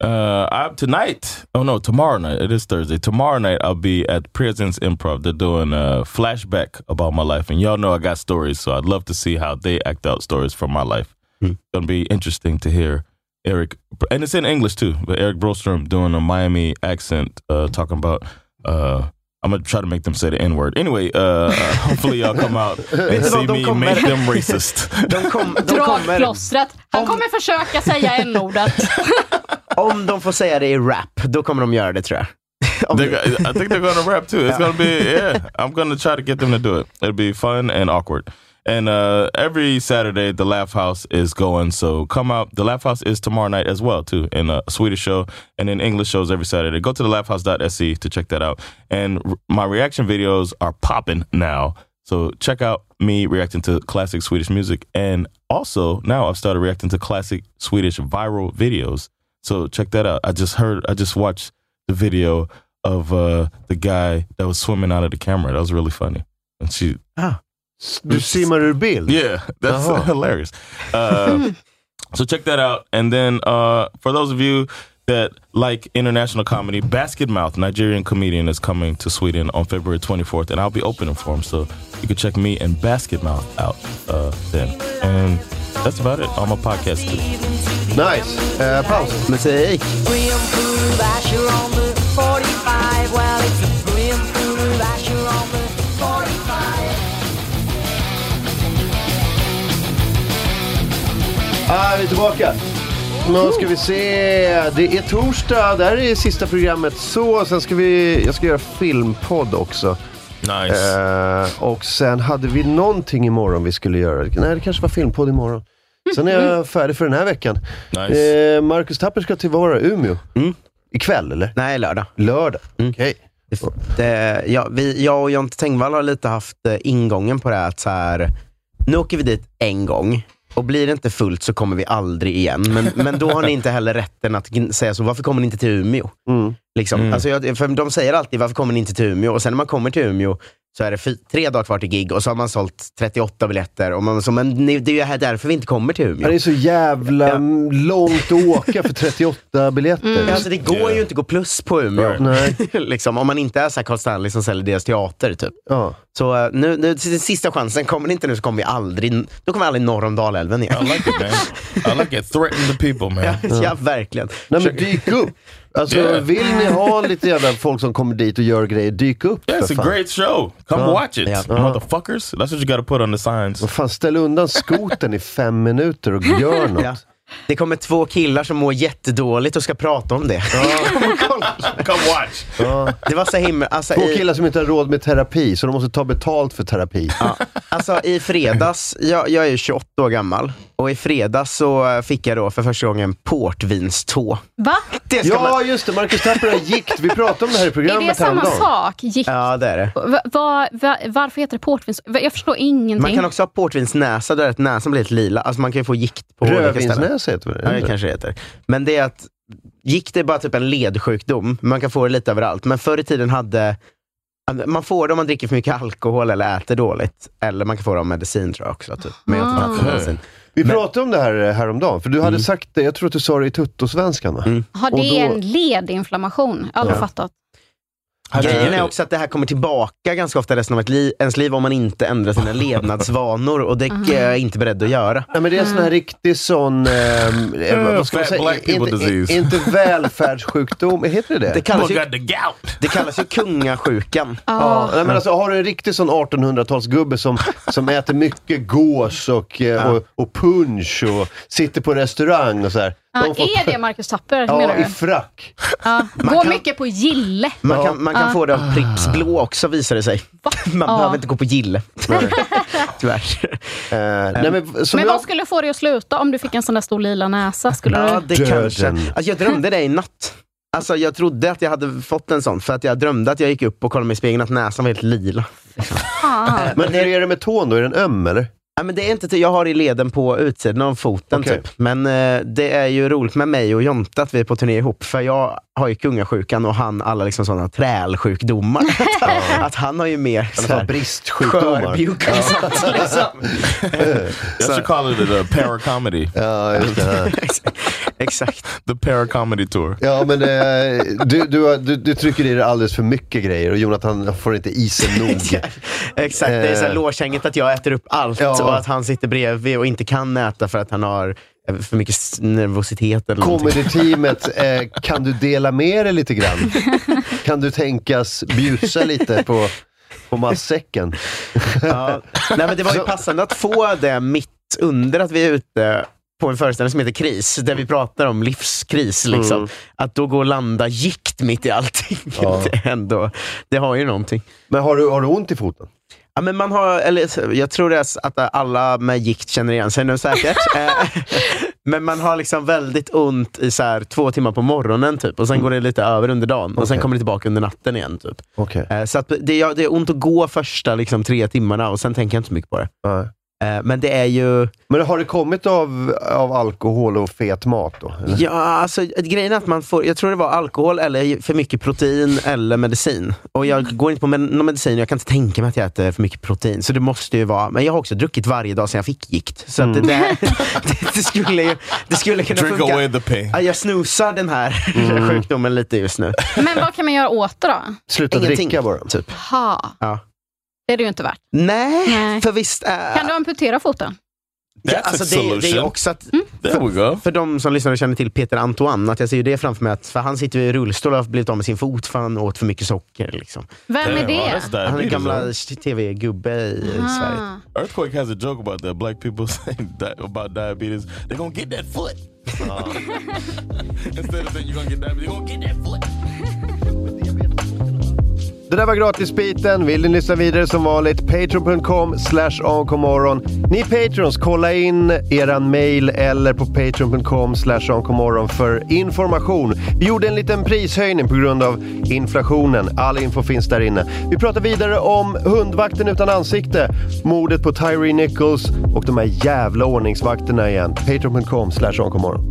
Speaker 4: Uh, I'm tonight. Oh no, tomorrow night. It is Thursday. Tomorrow night, I'll be at Prisons Improv. They're doing a flashback about my life, and y'all know I got stories, so I'd love to see how they act out stories from my life. It's gonna be interesting to hear Eric, and it's in English too. But Eric Brostrom doing a Miami accent, uh, talking about. Uh, I'm gonna try to make them say the N word. Anyway, uh, hopefully y'all come out and
Speaker 8: Vet du vad,
Speaker 4: see
Speaker 8: de
Speaker 4: me
Speaker 8: kommer-
Speaker 4: make them racist.
Speaker 8: De, kom, de kommer,
Speaker 2: Dragplåstret. Han kommer försöka säga n-ordet.
Speaker 8: om de får säga det i rap, då kommer de göra det tror jag. Om-
Speaker 4: They're go- I think they're gonna rap too. It's gonna be yeah. I'm gonna try to get them to do it. It'll be fun and awkward. And uh, every Saturday, the Laugh House is going. So come out. The Laugh House is tomorrow night as well too, in a Swedish show and then English shows every Saturday. Go to the laughhouse.se to check that out. And r- my reaction videos are popping now. So check out me reacting to classic Swedish music, and also now I've started reacting to classic Swedish viral videos. So check that out. I just heard, I just watched the video of uh, the guy that was swimming out of the camera. That was really funny. And she,
Speaker 1: Du simmar ur bild?
Speaker 4: yeah, that's
Speaker 1: Jaha.
Speaker 4: hilarious. Uh, so check that out. And then uh, for those of you that like international comedy, Basket Mouth, Nigerian comedian, is coming to Sweden on February 24th, and I'll be opening for him. So you can check me and Basket Mouth out uh, then. And that's about it on my podcast too.
Speaker 1: Nice. Eh, paus.
Speaker 8: Musik.
Speaker 1: Ah, vi är tillbaka. Nu ska vi se. Det är torsdag. Det här är sista programmet. Så, sen ska vi... Jag ska göra filmpodd också.
Speaker 4: Nice.
Speaker 1: Eh, och sen hade vi någonting imorgon vi skulle göra. Nej, det kanske var filmpodd imorgon.
Speaker 8: Mm.
Speaker 1: Sen är jag färdig för den här veckan.
Speaker 4: Nice.
Speaker 1: Eh, Marcus Tapper ska till Vara, Umeå. Ikväll eller?
Speaker 8: Nej, lördag. Mm.
Speaker 1: Lördag? Okej.
Speaker 8: Det, ja, vi, jag och Jonte Tengvall har lite haft eh, ingången på det här att så här, nu åker vi dit en gång och blir det inte fullt så kommer vi aldrig igen. Men, men då har ni inte heller rätten att gn- säga så, varför kommer ni inte till Umeå? Liksom.
Speaker 9: Mm.
Speaker 8: Alltså jag, för de säger alltid, varför kommer ni inte till Umeå? Och sen när man kommer till Umeå så är det fy, tre dagar kvar till gig och så har man sålt 38 biljetter. Och man, så, men ni, det är ju här därför vi inte kommer till Umeå.
Speaker 1: Ja, Det är så jävla mm, långt att åka för 38 biljetter.
Speaker 8: Mm. Alltså, det går ju inte att gå plus på Umeå. liksom, om man inte är så här Carl Stanley som säljer deras teater. Typ. Så eh, nu, nu, s- sista chansen, kommer ni inte nu så kommer vi aldrig, då kommer vi aldrig norr om Dalälven igen. I
Speaker 4: like it man. I like it. Threaten the people man.
Speaker 8: ja, ja, verkligen.
Speaker 1: Nej men dyk upp! Alltså
Speaker 4: Yeah.
Speaker 1: vill ni ha lite jävla folk som kommer dit och gör grejer, dyk upp
Speaker 4: Yeah, it's
Speaker 1: för
Speaker 4: a
Speaker 1: fan.
Speaker 4: great show. Come
Speaker 1: Ja.
Speaker 4: watch it,
Speaker 1: Ja.
Speaker 4: motherfuckers. That's what you gotta put on the signs.
Speaker 1: Vad fan, ställ undan skoten i fem minuter och gör något.
Speaker 8: Ja. Det kommer två killar som mår jättedåligt och ska prata om det.
Speaker 4: Come watch!
Speaker 8: Det var så himla... Alltså,
Speaker 1: Två
Speaker 8: i-
Speaker 1: killar som inte har råd med terapi, så de måste ta betalt för terapi.
Speaker 8: Alltså i fredags, jag, jag är ju 28 år gammal, och i fredags så eh, fick jag då för första gången portvinstå.
Speaker 2: Va?
Speaker 1: ja, just det. Marcus Tapper har gikt. Vi pratade om det här i
Speaker 2: Är det
Speaker 1: programmet
Speaker 2: samma
Speaker 1: häromdagen.
Speaker 2: sak? Gick,
Speaker 8: Ja, det är det.
Speaker 2: va, va, va, varför heter det portvins? Va, Jag förstår ingenting.
Speaker 8: Man kan också ha portvinsnäsa, där att näsan blir lite lila. Alltså man kan ju få gikt på
Speaker 1: Rödvinsnäsa heter det.
Speaker 8: det. Ja, det kanske det heter. Men det är att gikt är bara typ en ledsjukdom. Man kan få det lite överallt. Men förr i tiden hade man får det om man dricker för mycket alkohol eller äter dåligt. Eller man kan få det av medicin tror jag också. Typ. Men jag har inte
Speaker 1: Ah.
Speaker 8: tagit någon medicin.
Speaker 1: Vi pratade om det här eh, häromdagen, för du hade sagt det, jag tror att du sa det i Tuttosvenskan va?
Speaker 2: Har det
Speaker 1: Och då-
Speaker 2: en ledinflammation? Jag har aldrig
Speaker 8: Ja.
Speaker 2: fattat.
Speaker 8: Grejen är också att det här kommer tillbaka ganska ofta resten av ett li- ens liv om man inte ändrar sina levnadsvanor och det är jag inte beredd att göra.
Speaker 1: Nej, men det är en sån här riktig sån, ehm, eh, vad ska man
Speaker 8: Fat
Speaker 1: säga,
Speaker 8: black people
Speaker 1: inte,
Speaker 8: disease.
Speaker 1: inte välfärdssjukdom, heter det det?
Speaker 8: Det kallas ju- Bugga
Speaker 4: the gout.
Speaker 8: Det kallas ju kungasjukan.
Speaker 1: Ja, nej, men alltså, har du en riktig sån 1800-talsgubbe som, som äter mycket gås och, eh, och, och punch och sitter på restaurang och så här.
Speaker 2: Ja,
Speaker 1: De får-
Speaker 2: är det Marcus Tapper? menar
Speaker 1: Ja,
Speaker 2: du?
Speaker 1: i frack.
Speaker 2: Ja. Gå mycket på gille.
Speaker 8: Man kan, man kan
Speaker 2: Ja.
Speaker 8: få det av
Speaker 1: Ah.
Speaker 8: Pripps blå också visar det sig. Man
Speaker 2: Ja.
Speaker 8: behöver inte gå på gille. Tyvärr. Eh,
Speaker 1: nej, men,
Speaker 2: men vad skulle få dig att sluta om du fick en sån där stor lila näsa? Skulle
Speaker 8: Ja,
Speaker 2: du...
Speaker 8: det kanske. Alltså, jag drömde det i natt. Alltså, jag trodde att jag hade fått en sån, för att jag drömde att jag gick upp och kollade mig i spegeln att näsan var helt lila.
Speaker 2: Fan.
Speaker 1: Men hur är det med tån då? Är den öm eller?
Speaker 8: Ja, men det är inte, jag har i leden på utsidan av foten.
Speaker 1: Okej.
Speaker 8: Typ. Men eh, det är ju roligt med mig och Jonte att vi är på turné ihop. För jag har ju kungasjukan och han alla liksom sådana trälsjukdomar. att, att han har ju mer så här
Speaker 1: bristsjukdomar.
Speaker 8: skörbjuk och sånt. Liksom.
Speaker 4: Jag should call it a paracomedy.
Speaker 8: Exakt.
Speaker 4: The paracomedy tour.
Speaker 1: Ja, men eh, du, du, har- du, du trycker i dig alldeles för mycket grejer och Jonathan får inte i sig nog.
Speaker 8: Exakt, det är så här
Speaker 1: Eh.
Speaker 8: lårkängigt att jag äter upp allt
Speaker 1: Ja.
Speaker 8: och att han sitter bredvid och inte kan äta för att han har eh, för mycket s- nervositet eller någonting.
Speaker 1: Comedy-teamet, eh, kan du dela med dig lite grann? Kan du tänkas bjussa lite på, på matsäcken?
Speaker 8: Ja. Nej, men det var ju passande att få det mitt under att vi är ute på en föreställning som heter Kris, där vi pratar om livskris. Liksom.
Speaker 1: Mm.
Speaker 8: Att då gå och landa gikt mitt i allting,
Speaker 1: Ja.
Speaker 8: det, är ändå, det har ju någonting.
Speaker 1: Men har du, har du ont i foten?
Speaker 8: Ja, men man har, eller, jag tror det är så att alla med gikt känner igen sig nu säkert. Eh, men man har liksom väldigt ont i så här, två timmar på morgonen typ. och sen går det lite över under dagen och sen
Speaker 1: Okej.
Speaker 8: kommer det tillbaka under natten igen. Typ.
Speaker 1: Okej.
Speaker 8: Eh, Så att det, ja, det är ont att gå första liksom, tre timmarna och sen tänker jag inte så mycket på det. Eh, Men det är ju...
Speaker 1: Men har det kommit av, av alkohol och fet mat då? eller?
Speaker 8: Ja, alltså, grejen är att man får, jag tror det var alkohol eller för mycket protein eller medicin. Och jag går inte på med, någon medicin och jag kan inte tänka mig att jag äter för mycket protein. Så det måste ju vara, men jag har också druckit varje dag sedan jag fick gikt. Så att det, där, det, det skulle ju det skulle kunna
Speaker 4: Drink
Speaker 8: funka.
Speaker 4: away the pain.
Speaker 8: Ja, Jag snusar den här
Speaker 4: Mm.
Speaker 8: sjukdomen lite just nu.
Speaker 2: Men vad kan man göra åt det då?
Speaker 1: Sluta
Speaker 8: Ingenting,
Speaker 1: dricka bara.
Speaker 8: Typ.
Speaker 2: Ha,
Speaker 8: Ja.
Speaker 2: det är det ju inte värt.
Speaker 8: Nej, för visst är...
Speaker 1: Äh.
Speaker 2: Kan du amputera foten?
Speaker 8: Ja, alltså det, det är ju också att,
Speaker 4: Mm. för,
Speaker 8: för de som lyssnar och känner till Peter Antoine, att jag ser ju det framför mig. Att, för han sitter ju i rullstol och har blivit av med sin fot för han åt för mycket socker. Liksom.
Speaker 2: Vem är det?
Speaker 8: Han är gamla tv-gubbe i i Sverige.
Speaker 2: Ah.
Speaker 4: Earthquake has a joke about that. Black people say di- about diabetes. They're gonna get that foot. Instead of saying you're gonna get diabetes, they're gonna get that foot.
Speaker 1: Det där var gratisbiten. Vill ni lyssna vidare som vanligt, patreon.com slash onkomorron. Ni patrons, kolla in eran mail eller på patreon.com slash onkomorron för information. Vi gjorde en liten prishöjning på grund av inflationen. All info finns där inne. Vi pratar vidare om hundvakten utan ansikte, mordet på Tyree Nichols och de här jävla ordningsvakterna igen. Patreon.com slash onkomorron.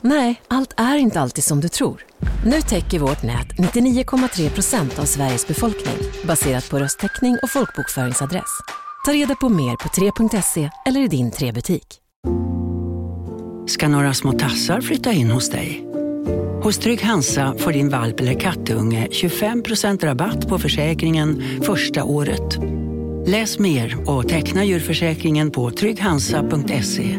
Speaker 10: Nej, allt är inte alltid som du tror. Nu täcker vårt nät 99,3 procent av Sveriges befolkning baserat på röstteckning och folkbokföringsadress. Ta reda på mer på 3.se eller i din 3-butik.
Speaker 11: Ska några små tassar flytta in hos dig? Hos Trygg Hansa får din valp eller kattunge 25% rabatt på försäkringen första året. Läs mer och teckna djurförsäkringen på trygghansa.se.